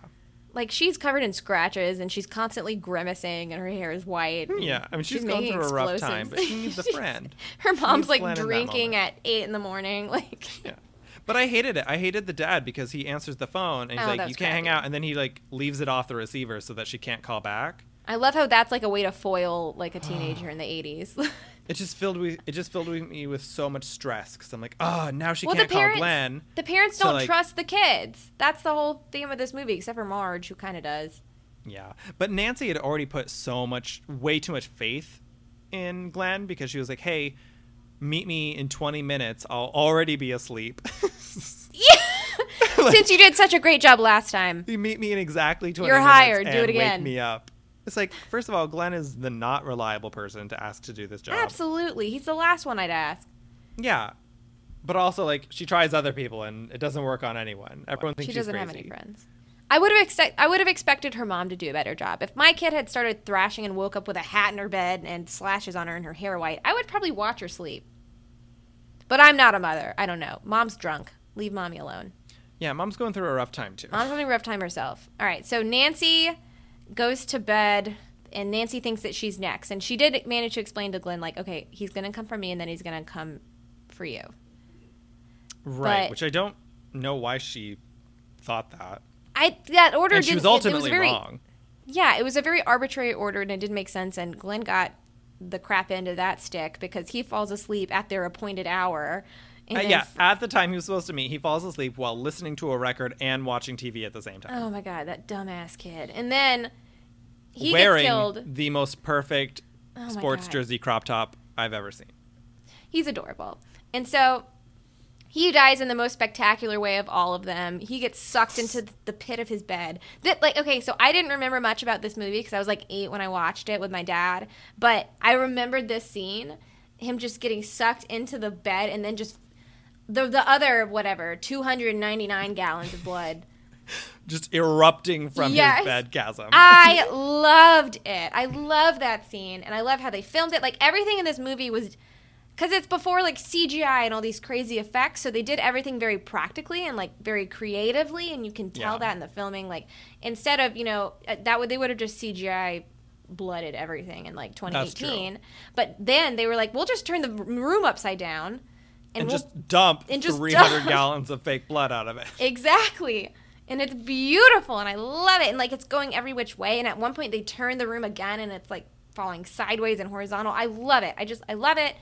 Speaker 3: Like she's covered in scratches and she's constantly grimacing and her hair is white. and
Speaker 2: yeah. I mean, she's, going
Speaker 3: making
Speaker 2: through a rough time,
Speaker 3: explosives.
Speaker 2: but she needs a
Speaker 3: She's-
Speaker 2: friend.
Speaker 3: Her mom's like
Speaker 2: Glenn in that
Speaker 3: drinking
Speaker 2: moment.
Speaker 3: at eight in the morning. Like
Speaker 2: yeah. But I hated it. I hated the dad because he answers the phone and he's
Speaker 3: Oh,
Speaker 2: like,
Speaker 3: that's
Speaker 2: "You can't hang
Speaker 3: crappy.
Speaker 2: out," and then he like leaves it off the receiver so that she can't call back.
Speaker 3: I love how that's like a way to foil like a teenager in the 80s.
Speaker 2: It just filled with it just filled with me with so much stress because I'm like, oh, now she
Speaker 3: well, the
Speaker 2: can't
Speaker 3: parents,
Speaker 2: call Glenn.
Speaker 3: the parents
Speaker 2: So,
Speaker 3: don't
Speaker 2: like-
Speaker 3: trust the kids. That's the whole theme of this movie, except for Marge, who kind of does.
Speaker 2: Yeah, but Nancy had already put so much, way too much faith in Glenn because she was like, hey, meet me in 20 minutes. I'll already be asleep.
Speaker 3: Yeah. Since you did such a great job last time.
Speaker 2: you meet me in exactly 20
Speaker 3: You're
Speaker 2: minutes.
Speaker 3: hired. Do
Speaker 2: and
Speaker 3: it again.
Speaker 2: Wake me up. It's like, first of all, Glenn is the not reliable person to ask to do this job.
Speaker 3: Absolutely, he's the last one I'd ask.
Speaker 2: Yeah. But also, like, she tries other people and it doesn't work on anyone. Everyone thinks
Speaker 3: She
Speaker 2: she's
Speaker 3: doesn't
Speaker 2: crazy.
Speaker 3: have any friends. I would have expect I would have expected her mom to do a better job. If my kid had started thrashing and woke up with a hat in her bed and slashes on her and her hair white, I would probably watch her sleep. But I'm not a mother. I don't know. Mom's drunk. Leave mommy alone.
Speaker 2: Yeah, mom's going through a rough time, too.
Speaker 3: Mom's having a rough time herself. All right, so Nancy goes to bed, and Nancy thinks that she's next. And she did manage to explain to Glenn, like, okay, he's going to come for me, and then he's going to come for you.
Speaker 2: Right,
Speaker 3: But-
Speaker 2: which I don't know why she thought that.
Speaker 3: I that order
Speaker 2: And she was
Speaker 3: didn't. it- it
Speaker 2: ultimately
Speaker 3: very,
Speaker 2: wrong.
Speaker 3: yeah, it was a very arbitrary order and it didn't make sense. And Glenn got the crap end of that stick because he falls asleep at their appointed hour. And
Speaker 2: Uh,
Speaker 3: then
Speaker 2: yeah,
Speaker 3: f-
Speaker 2: at the time he was supposed to meet, he falls asleep while listening to a record and watching TV at the same time.
Speaker 3: Oh my god, that dumbass kid. And then he
Speaker 2: wearing
Speaker 3: gets killed.
Speaker 2: the most perfect
Speaker 3: Oh my
Speaker 2: sports
Speaker 3: God.
Speaker 2: jersey crop top I've ever seen.
Speaker 3: He's adorable. And so he dies in the most spectacular way of all of them. He gets sucked into the pit of his bed. That like okay, so I didn't remember much about this movie because I was like 8 when I watched it with my dad, but I remembered this scene, him just getting sucked into the bed and then just the the other whatever, 299 gallons of blood
Speaker 2: Just erupting from
Speaker 3: Yes. Ah,
Speaker 2: his bed chasm.
Speaker 3: I loved it. I love that scene, and I love how they filmed it. Like everything in this movie was, because it's before like CGI and all these crazy effects, so they did everything very practically and like very creatively, and you can tell
Speaker 2: Yeah.
Speaker 3: that in the filming. Like instead of you know uh, that would they would have just CGI blooded everything in like
Speaker 2: That's true.
Speaker 3: 2018, but then they were like, we'll just turn the r- room upside down,
Speaker 2: and
Speaker 3: we'll-
Speaker 2: just dump
Speaker 3: and just
Speaker 2: 300
Speaker 3: dump.
Speaker 2: gallons of fake blood out of it.
Speaker 3: Exactly. And it's beautiful and I love it. And like it's going every which way. And at one point they turn the room again and it's like falling sideways and horizontal. I love it. I just, I love it.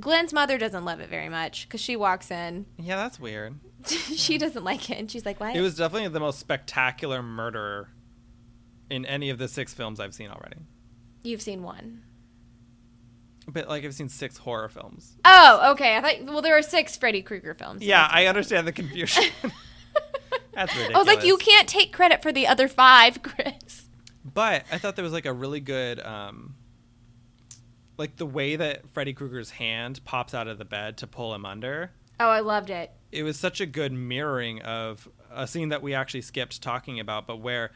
Speaker 3: Glenn's mother doesn't love it very much because she walks in.
Speaker 2: Yeah, that's weird.
Speaker 3: she doesn't like it. And she's like, what?
Speaker 2: Mm. It was definitely the most spectacular murder in any of the six films I've seen already.
Speaker 3: You've seen one.
Speaker 2: But like I've seen six horror films.
Speaker 3: Oh, okay. I thought, well, there are six Freddy Krueger films.
Speaker 2: Yeah, I understand the confusion. That's ridiculous.
Speaker 3: I was like, you can't take credit for the other five, Chris.
Speaker 2: But I thought there was like a really good, um, like the way that Freddy Krueger's hand pops out of the bed to pull him under.
Speaker 3: Oh, I loved it.
Speaker 2: It was such a good mirroring of a scene that we actually skipped talking about, but where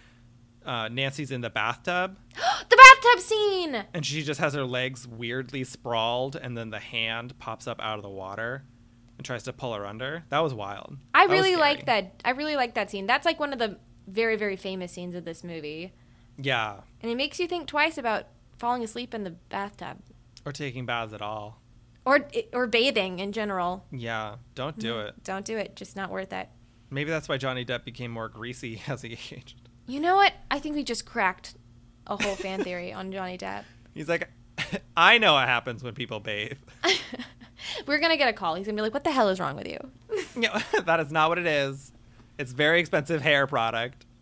Speaker 2: uh, Nancy's in the bathtub
Speaker 3: the bathtub scene.
Speaker 2: and she just has her legs weirdly sprawled, and then the hand pops up out of the water and tries to pull her under. That was wild.
Speaker 3: I
Speaker 2: That was
Speaker 3: really
Speaker 2: scary.
Speaker 3: like that. I really like that scene. That's like one of the very, very famous scenes of this movie.
Speaker 2: Yeah,
Speaker 3: And it makes you think twice about falling asleep in the bathtub
Speaker 2: or taking baths at all.
Speaker 3: or or bathing in general.
Speaker 2: Yeah, don't do it.
Speaker 3: Don't do it. Just not worth it.
Speaker 2: Maybe that's why Johnny Depp became more greasy as he aged.
Speaker 3: You know what? I think we just cracked a whole fan theory on Johnny Depp.
Speaker 2: He's like, I know what happens when people bathe.
Speaker 3: We're going to get a call. He's going to be like, "What the hell is wrong with you?"
Speaker 2: No, that is not what it is. It's very expensive hair product.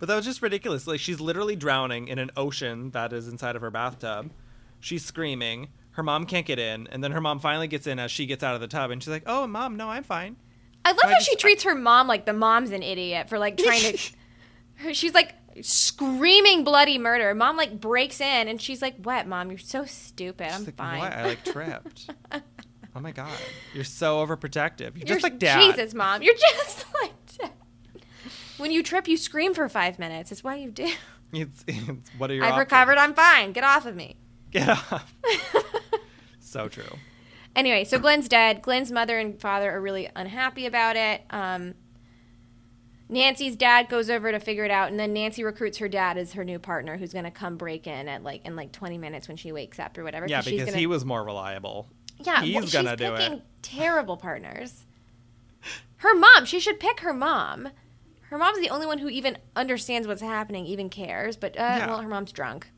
Speaker 2: But that was just ridiculous. Like she's literally drowning in an ocean that is inside of her bathtub. She's screaming. Her mom can't get in, and then her mom finally gets in as she gets out of the tub, and she's like, "Oh, mom, no, I'm fine."
Speaker 3: I love
Speaker 2: I
Speaker 3: how she
Speaker 2: just-
Speaker 3: treats her mom like the mom's an idiot for like trying to her, she's like screaming bloody murder. Mom like breaks in and she's like, "What, mom? You're so stupid.
Speaker 2: She's
Speaker 3: I'm
Speaker 2: like,
Speaker 3: fine."
Speaker 2: "What? I like tripped." oh my god, you're so overprotective. You're, just
Speaker 3: You're-
Speaker 2: like dad.
Speaker 3: Jesus, mom. You're just like dad. When you trip, you scream for five minutes. It's what you do.
Speaker 2: It's, it's what are your?
Speaker 3: I've
Speaker 2: options?
Speaker 3: recovered. I'm fine. Get off of me.
Speaker 2: Get off. so true.
Speaker 3: anyway, so Glenn's dead. Glenn's mother and father are really unhappy about it. Um, Nancy's dad goes over to figure it out, and then Nancy recruits her dad as her new partner, who's going to come break in at like in like 20 minutes when she wakes up or whatever.
Speaker 2: Yeah,
Speaker 3: 'cause she's
Speaker 2: because
Speaker 3: gonna-
Speaker 2: he was more reliable.
Speaker 3: Yeah,
Speaker 2: He's
Speaker 3: well, she's
Speaker 2: gonna do
Speaker 3: picking
Speaker 2: it.
Speaker 3: terrible partners. Her mom, she should pick her mom. Her mom's the only one who even understands what's happening, even cares. But uh,
Speaker 2: Yeah.
Speaker 3: well, her mom's drunk.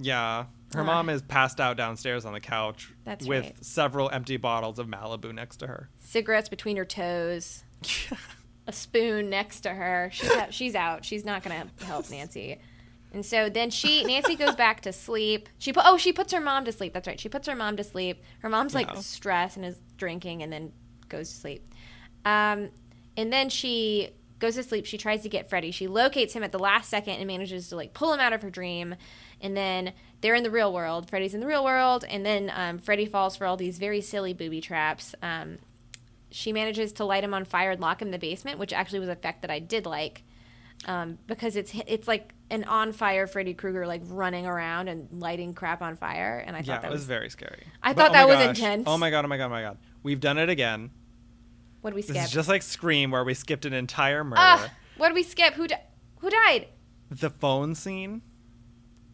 Speaker 2: Yeah. Her
Speaker 3: Uh.
Speaker 2: mom is passed out downstairs on the couch
Speaker 3: That's
Speaker 2: with
Speaker 3: right.
Speaker 2: several empty bottles of Malibu next to her.
Speaker 3: Cigarettes between her toes, a spoon next to her. She's out, she's out. She's not gonna help Nancy. And so then she Nancy goes back to sleep. She put oh she puts her mom to sleep. That's right. She puts her mom to sleep. Her mom's like
Speaker 2: Yeah.
Speaker 3: stressed and is drinking and then goes to sleep. Um, and then she goes to sleep. She tries to get Freddy. She locates him at the last second and manages to like pull him out of her dream. And then they're in the real world. Freddy's in the real world. And then um, Freddy falls for all these very silly booby traps. Um, she manages to light him on fire and lock him in the basement, which actually was a fact that I did like. Um, because it's it's like an on fire Freddy Krueger like running around and lighting crap on fire, and I thought
Speaker 2: yeah,
Speaker 3: that
Speaker 2: it was,
Speaker 3: was,
Speaker 2: very scary.
Speaker 3: I thought that
Speaker 2: my
Speaker 3: was intense.
Speaker 2: Oh my god, oh my god, oh my god. We've done it again.
Speaker 3: what did we
Speaker 2: This
Speaker 3: skip?
Speaker 2: is just like Scream where we skipped an entire murder.
Speaker 3: Ah, what did we skip? Who di- who died?
Speaker 2: The phone scene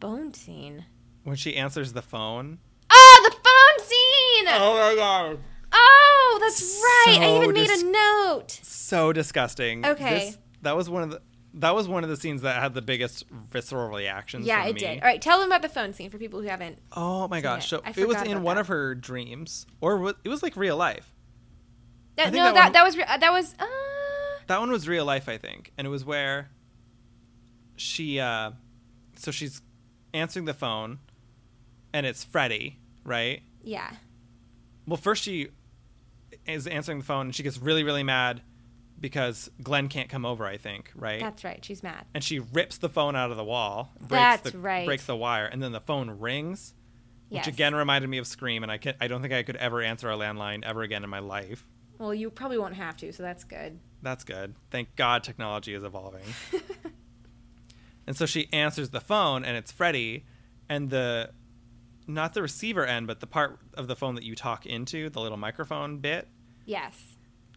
Speaker 3: Bone scene.
Speaker 2: when she answers the phone.
Speaker 3: Oh, the phone scene! Oh,
Speaker 2: my god.
Speaker 3: that's right. I
Speaker 2: So
Speaker 3: even made
Speaker 2: dis-
Speaker 3: a note.
Speaker 2: So disgusting.
Speaker 3: Okay.
Speaker 2: This- that was one of the that was one of the scenes that had the biggest visceral reactions.
Speaker 3: yeah,
Speaker 2: from
Speaker 3: it
Speaker 2: me.
Speaker 3: did. All right, tell them about the phone scene for people who haven't.
Speaker 2: Oh my gosh!
Speaker 3: it.
Speaker 2: So
Speaker 3: I
Speaker 2: it was
Speaker 3: forgot
Speaker 2: in
Speaker 3: about
Speaker 2: one
Speaker 3: that.
Speaker 2: of her dreams, or wa- it was like real life.
Speaker 3: No,
Speaker 2: think
Speaker 3: no,
Speaker 2: that
Speaker 3: that
Speaker 2: one-
Speaker 3: that, was re- uh, that was uh,
Speaker 2: That one was real life, I think, and it was where she, uh, so she's answering the phone, and it's Freddie, right?
Speaker 3: yeah,
Speaker 2: Well, first she is answering the phone, and she gets really, really mad because Glenn can't come over. I think, right?
Speaker 3: that's right. She's mad.
Speaker 2: and she rips the phone out of the wall. Breaks
Speaker 3: That's
Speaker 2: the,
Speaker 3: right.
Speaker 2: Breaks the wire, and then the phone rings,
Speaker 3: Yes.
Speaker 2: which again reminded me of Scream, and I can I don't think I could ever answer a landline ever again in my life.
Speaker 3: Well, you probably won't have to, so that's good.
Speaker 2: That's good. Thank God technology is evolving. and so she answers the phone, and it's Freddie, and the not the receiver end, but the part of the phone that you talk into, the little microphone bit,
Speaker 3: Yes,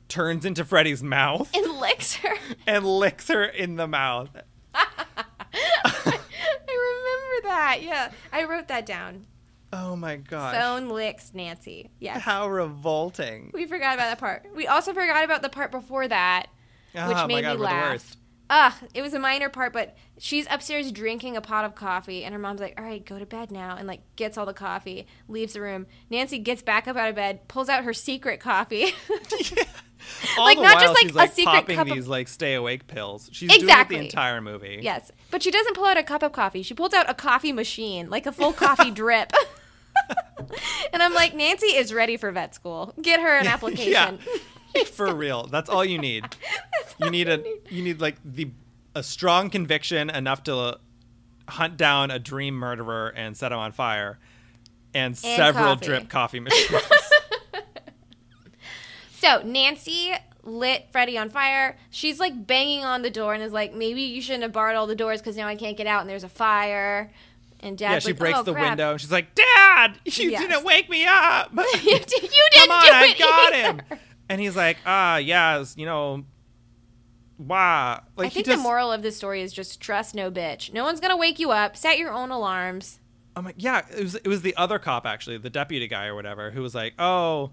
Speaker 2: turns into Freddie's mouth
Speaker 3: and licks her.
Speaker 2: and licks her in the mouth.
Speaker 3: I remember that. Yeah, I wrote that down.
Speaker 2: Oh my gosh.
Speaker 3: Phone licks Nancy. Yes.
Speaker 2: How revolting.
Speaker 3: We forgot about that part. We also forgot about the part before that, which
Speaker 2: Ah,
Speaker 3: made
Speaker 2: my God, we're
Speaker 3: me
Speaker 2: the
Speaker 3: laugh.
Speaker 2: worst.
Speaker 3: Ugh, it was a minor part, but she's upstairs drinking a pot of coffee, and her mom's like, "All right, go to bed now," and like gets all the coffee, leaves the room. Nancy gets back up out of bed, pulls out her secret coffee.
Speaker 2: All
Speaker 3: Like,
Speaker 2: the
Speaker 3: not
Speaker 2: while,
Speaker 3: just, like,
Speaker 2: she's
Speaker 3: a
Speaker 2: like
Speaker 3: secret
Speaker 2: popping
Speaker 3: cup of-
Speaker 2: these like stay awake pills. She's
Speaker 3: Exactly.
Speaker 2: doing it the entire movie.
Speaker 3: yes, but she doesn't pull out a cup of coffee. She pulls out a coffee machine, like a full coffee drip. and I'm like, Nancy is ready for vet school. Get her an application.
Speaker 2: for real. That's all you need. you need a you need like the a strong conviction enough to uh, hunt down a dream murderer and set him on fire, and, several
Speaker 3: coffee.
Speaker 2: drip coffee machines.
Speaker 3: So Nancy lit Freddy on fire. She's like banging on the door and is like, maybe you shouldn't have barred all the doors because now I can't get out and there's a fire. And Dad's
Speaker 2: yeah, she
Speaker 3: like,
Speaker 2: breaks
Speaker 3: "Oh,
Speaker 2: the
Speaker 3: crap."
Speaker 2: window and she's like, "Dad, you
Speaker 3: Yes.
Speaker 2: didn't wake me up."
Speaker 3: you, d- you didn't
Speaker 2: Come on,
Speaker 3: do
Speaker 2: I
Speaker 3: it
Speaker 2: got
Speaker 3: either.
Speaker 2: him. And he's like, "Ah, yeah, it's, you know, wow." Like
Speaker 3: I
Speaker 2: he
Speaker 3: think
Speaker 2: just
Speaker 3: the moral of this story is just trust no bitch. No one's gonna wake you up. Set your own alarms.
Speaker 2: I'm like, yeah, it was it was the other cop actually, the deputy guy or whatever, who was like, oh,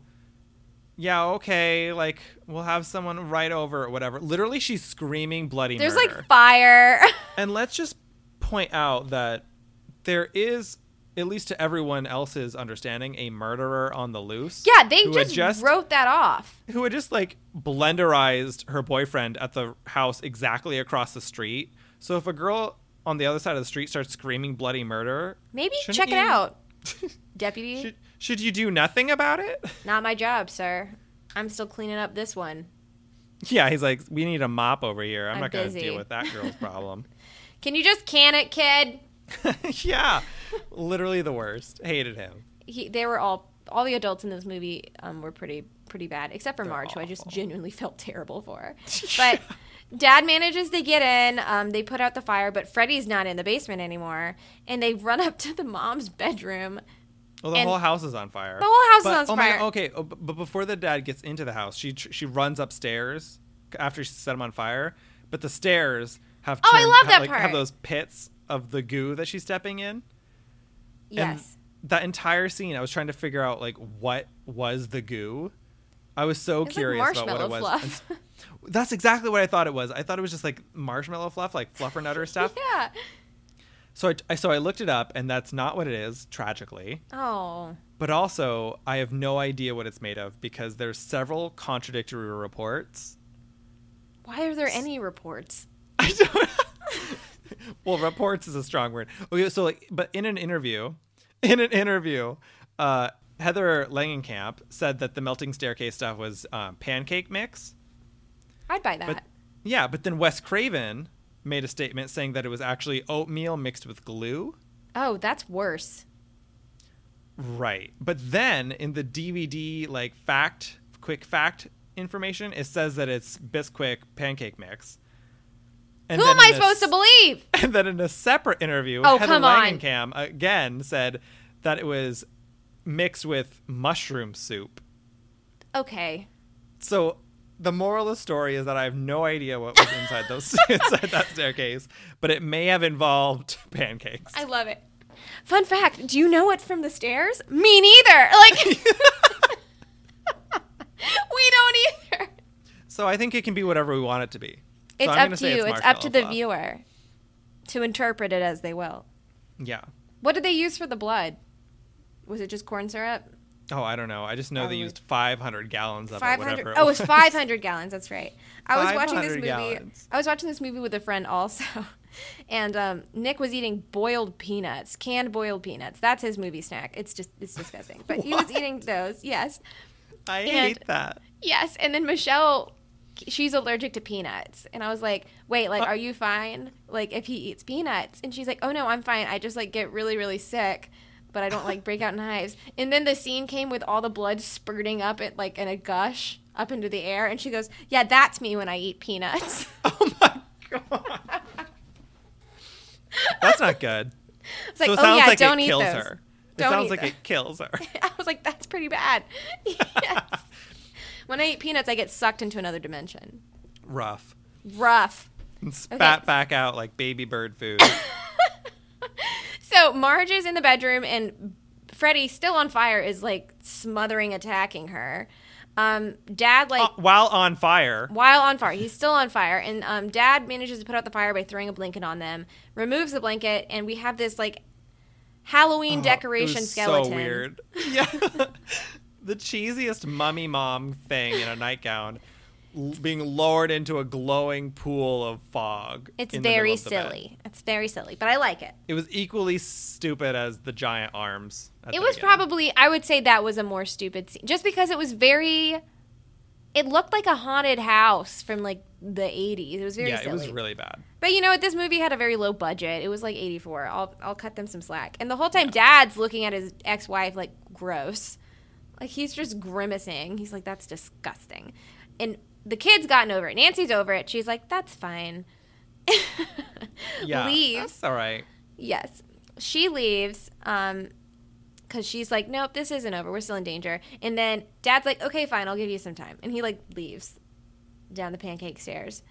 Speaker 2: yeah, okay, like we'll have someone right over or whatever. Literally, she's screaming bloody
Speaker 3: There's
Speaker 2: murder.
Speaker 3: like fire.
Speaker 2: and let's just point out that there is, at least to everyone else's understanding, a murderer on the loose.
Speaker 3: yeah, they
Speaker 2: who had
Speaker 3: just, wrote that off.
Speaker 2: who had just like blenderized her boyfriend at the house exactly across the street. So if a girl on the other side of the street starts screaming bloody murder,
Speaker 3: Maybe
Speaker 2: shouldn't
Speaker 3: check
Speaker 2: you-
Speaker 3: it out, deputy.
Speaker 2: Should, should you do nothing about it?
Speaker 3: Not my job, sir. I'm still cleaning up this one.
Speaker 2: Yeah, he's like, we need a mop over here. I'm,
Speaker 3: I'm
Speaker 2: not going to
Speaker 3: busy."
Speaker 2: deal with that girl's problem.
Speaker 3: Can you just can it, kid?
Speaker 2: yeah, literally the worst. Hated him.
Speaker 3: he they were all all the adults in this movie um, were pretty pretty bad except for
Speaker 2: They're
Speaker 3: Marge who I just
Speaker 2: awful.
Speaker 3: genuinely felt terrible for but dad manages to get in um, they put out the fire but Freddy's not in the basement anymore and they run up to the mom's bedroom
Speaker 2: Well, the
Speaker 3: And-
Speaker 2: whole house is on fire.
Speaker 3: The whole house is
Speaker 2: But-
Speaker 3: on
Speaker 2: oh my
Speaker 3: fire.
Speaker 2: God, okay, oh, b- but before the dad gets into the house, she tr- she runs upstairs after she set him on fire. But the stairs have
Speaker 3: Oh, I love
Speaker 2: have,
Speaker 3: that
Speaker 2: like, have
Speaker 3: part.
Speaker 2: those pits of the goo that she's stepping in. And
Speaker 3: yes
Speaker 2: that entire scene, I was trying to figure out like what was the goo. I was so
Speaker 3: It's like
Speaker 2: curious about what it was.
Speaker 3: marshmallow fluff.
Speaker 2: And- That's exactly what I thought it was. I thought it was just like marshmallow fluff, like fluffernutter stuff.
Speaker 3: yeah
Speaker 2: So I, I so I looked it up, and that's not what it is, tragically.
Speaker 3: oh
Speaker 2: But also, I have no idea what it's made of because there's several contradictory reports.
Speaker 3: why are there any reports
Speaker 2: I don't. well, reports is a strong word. Okay, so like, but in an interview, in an interview, uh, Heather Langenkamp said that the melting staircase stuff was um, pancake mix.
Speaker 3: I'd buy that
Speaker 2: But yeah, but then Wes Craven made a statement saying that it was actually oatmeal mixed with glue.
Speaker 3: oh that's worse
Speaker 2: Right. But then in the DVD like fact, quick fact information, it says that it's Bisquick pancake mix. And
Speaker 3: who
Speaker 2: then
Speaker 3: am I
Speaker 2: in a
Speaker 3: supposed to
Speaker 2: s-
Speaker 3: believe
Speaker 2: And then in a separate interview,
Speaker 3: Oh,
Speaker 2: Heather
Speaker 3: come on.
Speaker 2: Langenkamp again said that it was mixed with mushroom soup.
Speaker 3: okay
Speaker 2: So the moral of the story is that I have no idea what was inside those inside that staircase, but it may have involved pancakes.
Speaker 3: I love it. Fun fact: Do you know it from the stairs? Me neither. Like, we don't either.
Speaker 2: So I think it can be whatever we want it to be.
Speaker 3: It's
Speaker 2: I'm
Speaker 3: up
Speaker 2: gonna
Speaker 3: to
Speaker 2: say
Speaker 3: you.
Speaker 2: it's
Speaker 3: It's up to the
Speaker 2: marshmallow fluff.
Speaker 3: viewer to interpret it as they will.
Speaker 2: Yeah.
Speaker 3: What did they use for the blood? Was it just corn syrup?
Speaker 2: Oh, I don't know. I just know
Speaker 3: Probably.
Speaker 2: they used 500 gallons of
Speaker 3: Um, Five
Speaker 2: it. whatever
Speaker 3: hundred.
Speaker 2: It
Speaker 3: Oh, it's
Speaker 2: was.
Speaker 3: five hundred gallons. That's right. I was watching this
Speaker 2: 500
Speaker 3: movie.
Speaker 2: gallons.
Speaker 3: I was watching this movie with a friend also, and um, Nick was eating boiled peanuts, canned boiled peanuts. That's his movie snack. It's just it's disgusting. But he was
Speaker 2: What?
Speaker 3: eating those. Yes,
Speaker 2: I
Speaker 3: and-
Speaker 2: hate that.
Speaker 3: yes. And then Michelle, she's allergic to peanuts, and I was like, wait,
Speaker 2: Uh.
Speaker 3: like, are you fine? Like, if he eats peanuts, and she's like, oh no, I'm fine. I just like get really really sick. But I don't like break out in hives. And then the scene came with all the blood spurting up at like in a gush up into the air, and she goes, "Yeah, that's me when I eat peanuts."
Speaker 2: Oh my god. That's not good.
Speaker 3: It's like,
Speaker 2: so it
Speaker 3: oh
Speaker 2: sounds
Speaker 3: yeah,
Speaker 2: like
Speaker 3: don't
Speaker 2: it
Speaker 3: eat
Speaker 2: kills
Speaker 3: those.
Speaker 2: her. It
Speaker 3: Don't
Speaker 2: sounds
Speaker 3: eat
Speaker 2: like
Speaker 3: those.
Speaker 2: it kills her.
Speaker 3: I was like, that's pretty bad. yes. When I eat peanuts, I get sucked into another dimension.
Speaker 2: Rough.
Speaker 3: Rough.
Speaker 2: And spat
Speaker 3: Okay.
Speaker 2: back out like baby bird food.
Speaker 3: So Marge is in the bedroom, and Freddy, still on fire, is like smothering, attacking her. Um, Dad, like.
Speaker 2: Uh, while on fire.
Speaker 3: While on fire, he's still on fire, and um, Dad manages to put out the fire by throwing a blanket on them. Removes the blanket, and we have this like Halloween
Speaker 2: Oh,
Speaker 3: decoration
Speaker 2: it was
Speaker 3: skeleton.
Speaker 2: So weird. Yeah. the cheesiest mummy mom thing in a nightgown l- being lowered into a glowing pool of fog.
Speaker 3: It's
Speaker 2: in the middle
Speaker 3: very
Speaker 2: of the bed.
Speaker 3: silly. It's very silly, but I like it.
Speaker 2: It was equally stupid as the giant arms. at
Speaker 3: It
Speaker 2: the
Speaker 3: was
Speaker 2: beginning.
Speaker 3: probably, I would say that was a more stupid scene. Just because it was very, it looked like a haunted house from like the 80s. It was very
Speaker 2: Yeah,
Speaker 3: silly.
Speaker 2: it was really bad.
Speaker 3: but you know what? This movie had a very low budget. It was like 84. I'll, I'll cut them some slack. And the whole time, dad's looking at his ex wife like gross. Like he's just grimacing. He's like, that's disgusting. And the kid's gotten over it. Nancy's over it. She's like, that's fine.
Speaker 2: Yeah.
Speaker 3: Leaves.
Speaker 2: That's all right.
Speaker 3: Yes. She leaves um cuz she's like, "Nope, this isn't over. We're still in danger." And then dad's like, "Okay, fine. I'll give you some time." And he like leaves down the pancake stairs.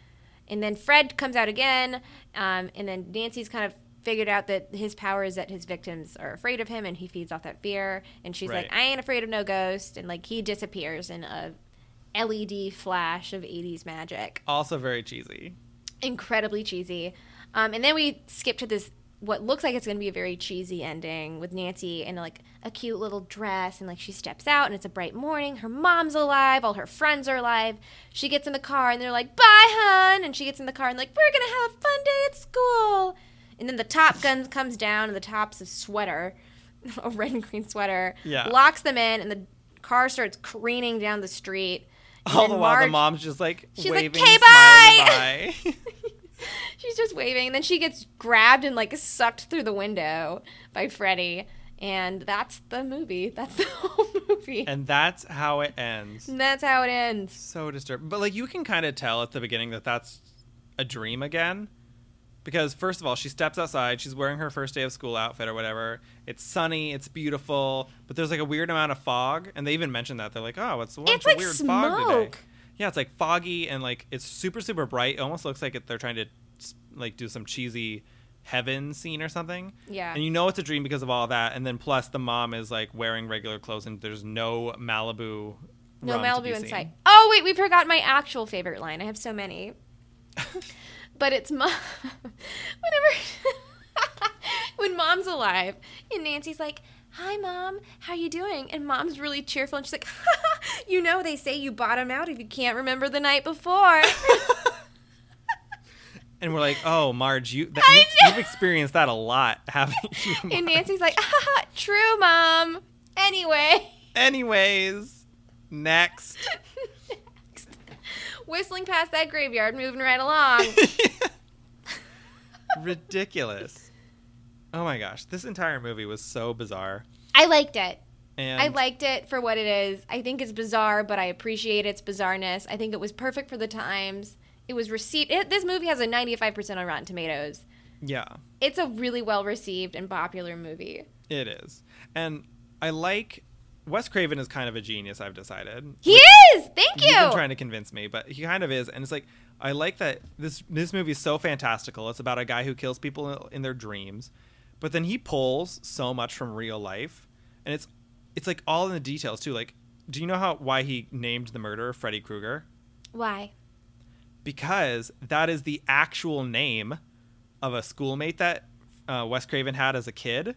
Speaker 3: And then Fred comes out again, um, and then Nancy's kind of figured out that his power is that his victims are afraid of him, and he feeds off that fear. And she's like,
Speaker 2: Right.
Speaker 3: "I ain't afraid of no ghost," and like he disappears in a LED flash of '80s magic
Speaker 2: Also very cheesy.
Speaker 3: incredibly cheesy. Um, and then we skip to this what looks like it's going to be a very cheesy ending with Nancy in like a cute little dress and like she steps out and it's a bright morning. Her mom's alive, all her friends are alive. She gets in the car and they're like, "Bye, hun." And she gets in the car and like, "We're going to have a fun day at school." And then the top gun comes down and the top's a sweater, a red and green sweater,
Speaker 2: Yeah.
Speaker 3: locks them in and the car starts careening down the street. And
Speaker 2: All
Speaker 3: then
Speaker 2: the while, the
Speaker 3: Marge-
Speaker 2: mom's just like
Speaker 3: She's like,
Speaker 2: waving,
Speaker 3: "'Kay,
Speaker 2: smiling, bye.
Speaker 3: She's just waving, and then she gets grabbed and like sucked through the window by Freddy, and that's the movie. That's the whole movie. And,
Speaker 2: and that's how it ends.
Speaker 3: that's how it ends.
Speaker 2: So disturbing. But like, you can kind of tell at the beginning that that's a dream again, because first of all, she steps outside. She's wearing her first day of school outfit or whatever. It's sunny. It's beautiful. But there's like a weird amount of fog, and they even mentioned that they're like, "Oh, it's, it's,
Speaker 3: It's
Speaker 2: a
Speaker 3: like
Speaker 2: weird fog today."
Speaker 3: smoke.
Speaker 2: Yeah, it's like foggy and like it's super super bright. It almost looks like it, they're trying to like do some cheesy heaven scene or something.
Speaker 3: Yeah.
Speaker 2: And you know it's a dream because of all that, and then plus the mom is like wearing regular clothes, and there's no Malibu.
Speaker 3: No
Speaker 2: rum to be
Speaker 3: Malibu in
Speaker 2: seen.
Speaker 3: sight. Oh wait, we forgot my actual favorite line. I have so many, but it's mom. Whenever when mom's alive, and Nancy's like. Hi mom, how you doing? And mom's really cheerful and she's like, "You know they say you bottom out if you can't remember the night before."
Speaker 2: And we're like, oh, Marge, you that,
Speaker 3: I
Speaker 2: you've,
Speaker 3: know.
Speaker 2: you've experienced that a lot, haven't you?
Speaker 3: And
Speaker 2: Marge?
Speaker 3: Nancy's like, "Haha, true, mom. Anyway,
Speaker 2: Anyways, next.
Speaker 3: whistling past that graveyard, moving right along.
Speaker 2: Ridiculous. Oh my gosh, this entire movie was so bizarre.
Speaker 3: I liked it.
Speaker 2: And
Speaker 3: I liked it for what it is. I think it's bizarre, but I appreciate its bizarreness. I think it was perfect for the times. It was received. It, this movie has a 95% on Rotten Tomatoes.
Speaker 2: yeah,
Speaker 3: It's a really well received and popular movie.
Speaker 2: it is. And I like Wes Craven is kind of a genius. I've decided.
Speaker 3: He is. Thank you.
Speaker 2: You've been trying to convince me, but he kind of is, and it's like I like that this this movie is so fantastical. It's about a guy who kills people in their dreams, but then he pulls so much from real life, and it's it's like all in the details too. Like, do you know how why he named the murderer Freddy Krueger?
Speaker 3: Why?
Speaker 2: because that is the actual name of a schoolmate that uh, Wes Craven had as a kid,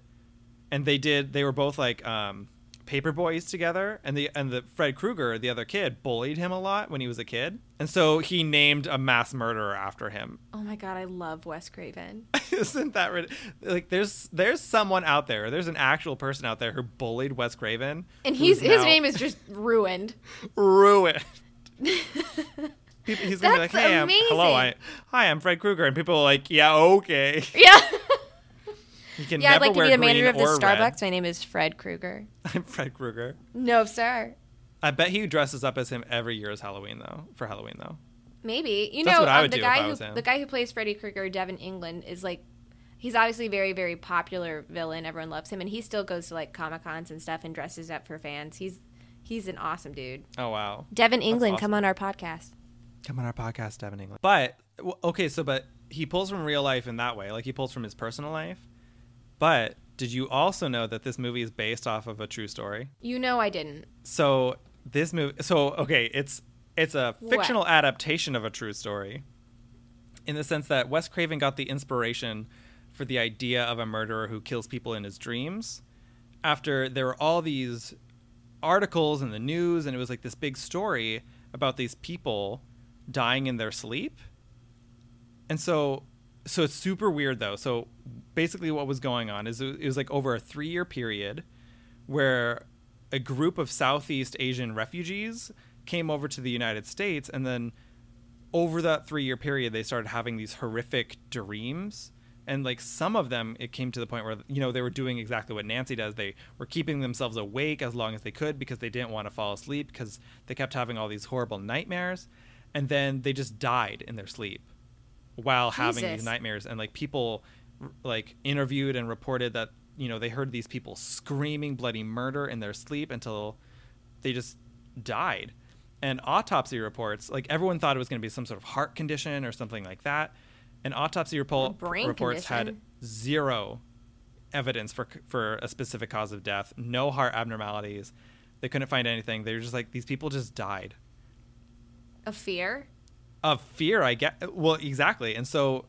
Speaker 2: and they did. They were both like um, paper boys together, and the and the Fred Krueger, the other kid, bullied him a lot when he was a kid, and so he named a mass murderer after him.
Speaker 3: Oh my god, I love Wes Craven.
Speaker 2: Isn't that rid- like there's there's someone out there, there's an actual person out there who bullied Wes Craven,
Speaker 3: And
Speaker 2: who's
Speaker 3: he's his
Speaker 2: now
Speaker 3: name is just ruined.
Speaker 2: ruined. People, he's gonna
Speaker 3: That's
Speaker 2: be like, "Hey, I'm, hello, I,
Speaker 3: amazing.
Speaker 2: hi, I'm Fred Krueger," and people are like, "Yeah, okay."
Speaker 3: Yeah.
Speaker 2: You can
Speaker 3: yeah, I'd
Speaker 2: never
Speaker 3: like to
Speaker 2: wear
Speaker 3: be the
Speaker 2: green
Speaker 3: manager of this
Speaker 2: or red.
Speaker 3: Starbucks. My name is Fred Krueger.
Speaker 2: I'm Fred Krueger.
Speaker 3: No, sir.
Speaker 2: I bet he dresses up as him every year as Halloween though. For Halloween though,
Speaker 3: Maybe you
Speaker 2: That's
Speaker 3: know
Speaker 2: what I
Speaker 3: um,
Speaker 2: would
Speaker 3: the
Speaker 2: do if
Speaker 3: guy
Speaker 2: I
Speaker 3: who
Speaker 2: was him.
Speaker 3: the guy who plays Freddy Krueger, Devin England, is like he's obviously a very very popular villain. Everyone loves him, and he still goes to like comic cons and stuff and dresses up for fans. He's he's an awesome dude.
Speaker 2: oh wow,
Speaker 3: Devin England,
Speaker 2: awesome.
Speaker 3: come on our podcast.
Speaker 2: come on our podcast, Devin England. But w- okay, so but he pulls from real life in that way, like he pulls from his personal life. But did you also know that this movie is based off of a true story?
Speaker 3: You know I didn't.
Speaker 2: So this movie, so okay, it's it's a
Speaker 3: What?
Speaker 2: fictional adaptation of a true story, in the sense that Wes Craven got the inspiration for the idea of a murderer who kills people in his dreams. After there were all these articles in the news, and it was like this big story about these people dying in their sleep. And so, so it's super weird though. So basically, what was going on is it it was like over a three year period where a group of Southeast Asian refugees came over to the United States, and then over that three year period, they started having these horrific dreams. And like some of them, it came to the point where, you know, they were doing exactly what Nancy does. They were keeping themselves awake as long as they could because they didn't want to fall asleep because they kept having all these horrible nightmares. And then they just died in their sleep while having these
Speaker 3: Jesus.
Speaker 2: nightmares. And like people r- like interviewed and reported that, you know, they heard these people screaming bloody murder in their sleep until they just died. And autopsy reports, like everyone thought it was going to be some sort of heart condition or something like that. And autopsy repo-
Speaker 3: brain
Speaker 2: reports
Speaker 3: condition.
Speaker 2: had zero evidence for for a specific cause of death. No heart abnormalities. They couldn't find anything. They were just like these people just died
Speaker 3: A fear.
Speaker 2: of fear. I get well exactly. And so,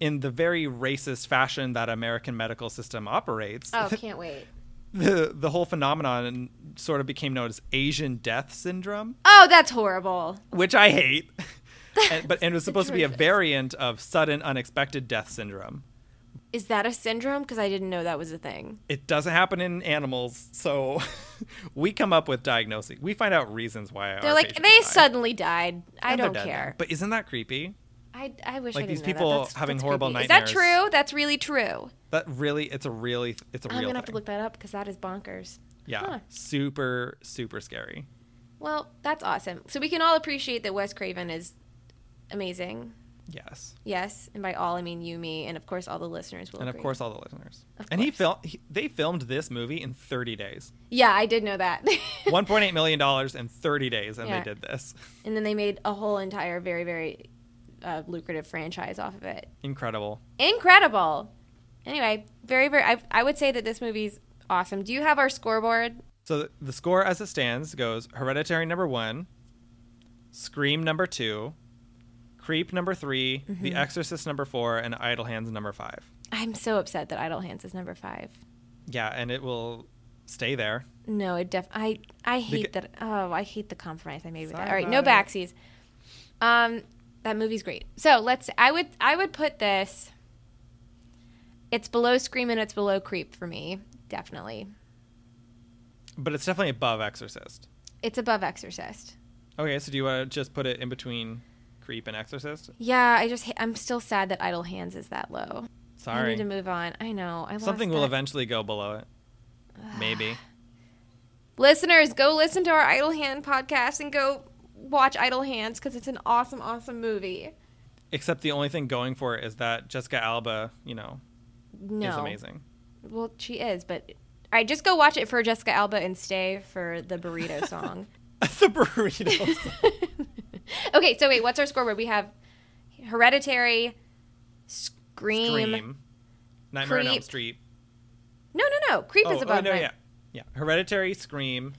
Speaker 2: in the very racist fashion that American medical system operates,
Speaker 3: Oh, can't wait.
Speaker 2: the the whole phenomenon sort of became known as Asian death syndrome.
Speaker 3: Oh, that's horrible.
Speaker 2: which I hate. and, but and it was supposed to be a
Speaker 3: atrocious.
Speaker 2: variant of sudden unexpected death syndrome.
Speaker 3: Is that a syndrome? Because I didn't know that was a thing.
Speaker 2: It doesn't happen in animals, so we come up with diagnoses. We find out reasons why.
Speaker 3: They're
Speaker 2: our
Speaker 3: like
Speaker 2: patients
Speaker 3: they
Speaker 2: die.
Speaker 3: suddenly died. I
Speaker 2: And they're
Speaker 3: don't
Speaker 2: dead now.
Speaker 3: care.
Speaker 2: But isn't that creepy?
Speaker 3: I, I wish
Speaker 2: like,
Speaker 3: I
Speaker 2: these
Speaker 3: didn't know that.
Speaker 2: people
Speaker 3: That's-
Speaker 2: having
Speaker 3: that's
Speaker 2: horrible
Speaker 3: creepy.
Speaker 2: nightmares.
Speaker 3: Is that true? That's really true.
Speaker 2: That really, it's a really, it's a
Speaker 3: I'm
Speaker 2: real
Speaker 3: gonna
Speaker 2: thing.
Speaker 3: have to look that up because that is bonkers.
Speaker 2: yeah,
Speaker 3: Huh.
Speaker 2: super, super scary.
Speaker 3: Well, that's awesome. So we can all appreciate that Wes Craven is amazing.
Speaker 2: Yes,
Speaker 3: Yes, and by all I mean you, me, and of course all the listeners will.
Speaker 2: and of
Speaker 3: agree.
Speaker 2: course all the listeners.
Speaker 3: Of
Speaker 2: and he
Speaker 3: course.
Speaker 2: filmed. They filmed this movie in 30 days.
Speaker 3: Yeah, I did know that.
Speaker 2: 1.8 million dollars in 30 days, and
Speaker 3: Yeah.
Speaker 2: they did this.
Speaker 3: and then they made a whole entire very very uh, lucrative franchise off of it.
Speaker 2: Incredible.
Speaker 3: Incredible. Anyway, very very. I, I would say that this movie's awesome. Do you have our scoreboard?
Speaker 2: So th- the score as it stands goes Hereditary number one, Scream number two, Creep number 3 The
Speaker 3: Mm-hmm.
Speaker 2: Exorcist number four, and Idle Hands number five.
Speaker 3: I'm so upset that Idle Hands is number five.
Speaker 2: Yeah, and it will stay there.
Speaker 3: No, it def I I hate
Speaker 2: ca-
Speaker 3: that. Oh, I hate the compromise I made with that.
Speaker 2: Sorry
Speaker 3: All right, no
Speaker 2: about
Speaker 3: backsies. Um, that movie's great. So let's. I would I would put this. It's below Scream and it's below Creep for me, definitely.
Speaker 2: But it's definitely above Exorcist.
Speaker 3: It's above Exorcist.
Speaker 2: Okay, so do you want to just put it in between Creep and Exorcist?
Speaker 3: Yeah, I just ha- I'm still sad that Idle Hands is that low. I need to
Speaker 2: Sorry.
Speaker 3: move on. I know. I lost
Speaker 2: Something will
Speaker 3: that.
Speaker 2: eventually go below it. Maybe.
Speaker 3: Listeners, go listen to our Idle Hand podcast and go watch Idle Hands because it's an awesome, awesome movie.
Speaker 2: Except the only thing going for it is that Jessica Alba, you know,
Speaker 3: No,
Speaker 2: is amazing.
Speaker 3: Well, she is, but all right, just go watch it for Jessica Alba and stay for the burrito song.
Speaker 2: the burritos.
Speaker 3: okay, so wait, what's our scoreboard? We have Hereditary, Scream.
Speaker 2: Scream. Nightmare on Elm
Speaker 3: Creep.
Speaker 2: Street.
Speaker 3: No, no, no. Creep is above.
Speaker 2: Oh, no,
Speaker 3: Night-
Speaker 2: yeah, yeah. Hereditary, Scream,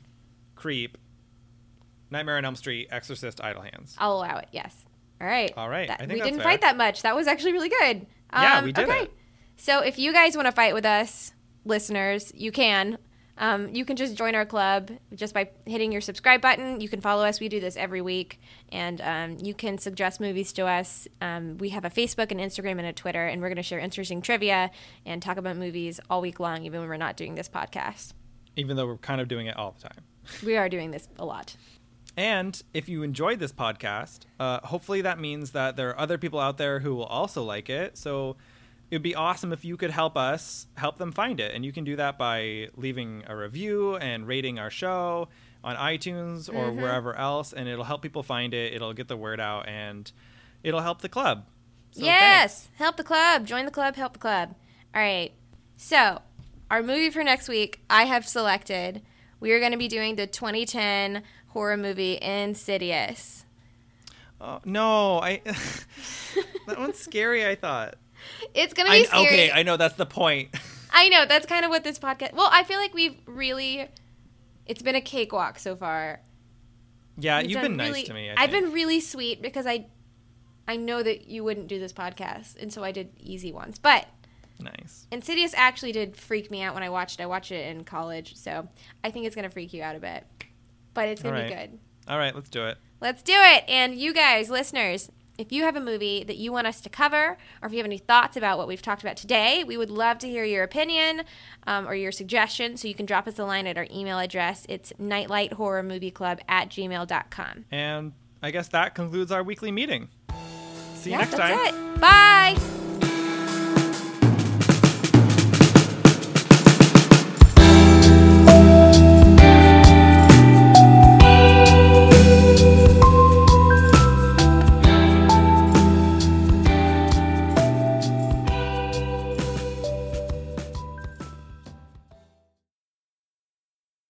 Speaker 2: Creep, Nightmare on Elm Street, Exorcist, Idle Hands.
Speaker 3: I'll allow it. Yes. All right.
Speaker 2: All right.
Speaker 3: That-
Speaker 2: I think
Speaker 3: we
Speaker 2: that's
Speaker 3: didn't
Speaker 2: fair.
Speaker 3: fight that much. That was actually really good. Um,
Speaker 2: Yeah, we did it.
Speaker 3: So if you guys want to fight with us, listeners, you can. Um, you can just join our club just by hitting your subscribe button. You can follow us. We do this every week. And um, you can suggest movies to us. Um, we have a Facebook, and Instagram, and a Twitter. And we're going to share interesting trivia and talk about movies all week long, even when we're not doing this podcast.
Speaker 2: even though we're kind of doing it all the time.
Speaker 3: We are doing this a lot.
Speaker 2: And if you enjoyed this podcast, uh, hopefully that means that there are other people out there who will also like it. So it would be awesome if you could help us help them find it. And you can do that by leaving a review and rating our show on iTunes or
Speaker 3: Mm-hmm.
Speaker 2: wherever else. And it'll help people find it, it'll get the word out, and it'll help the club. So thanks.
Speaker 3: yes, help the club. Join the club. Help the club. All right. So, our movie for next week, I have selected. We are going to be doing the 2010 horror movie Insidious.
Speaker 2: Oh, no, I. that one's scary, I thought.
Speaker 3: It's going to
Speaker 2: I,
Speaker 3: be scary.
Speaker 2: okay, I know that's the point.
Speaker 3: I know that's kind of what this podcast. Well, I feel like we've really, it's been a cakewalk so far.
Speaker 2: yeah,
Speaker 3: We've
Speaker 2: Uh, you've been
Speaker 3: done
Speaker 2: nice
Speaker 3: really-
Speaker 2: to me. I
Speaker 3: I've
Speaker 2: think.
Speaker 3: been really sweet because I, I know that you wouldn't do this podcast, and so I did easy ones. But
Speaker 2: nice.
Speaker 3: Insidious actually did freak me out when I watched. it. I watched it in college, so I think it's gonna freak you out a bit, but it's gonna be
Speaker 2: Alright.
Speaker 3: good.
Speaker 2: All right, let's do it.
Speaker 3: Let's do it! And you guys, listeners, if you have a movie that you want us to cover, or if you have any thoughts about what we've talked about today, we would love to hear your opinion um, or your suggestion. So you can drop us a line at our email address. It's nightlighthorrormovieclub at gmail.com.
Speaker 2: And I guess that concludes our weekly meeting. See you next
Speaker 3: that's
Speaker 2: time.
Speaker 3: it. Bye!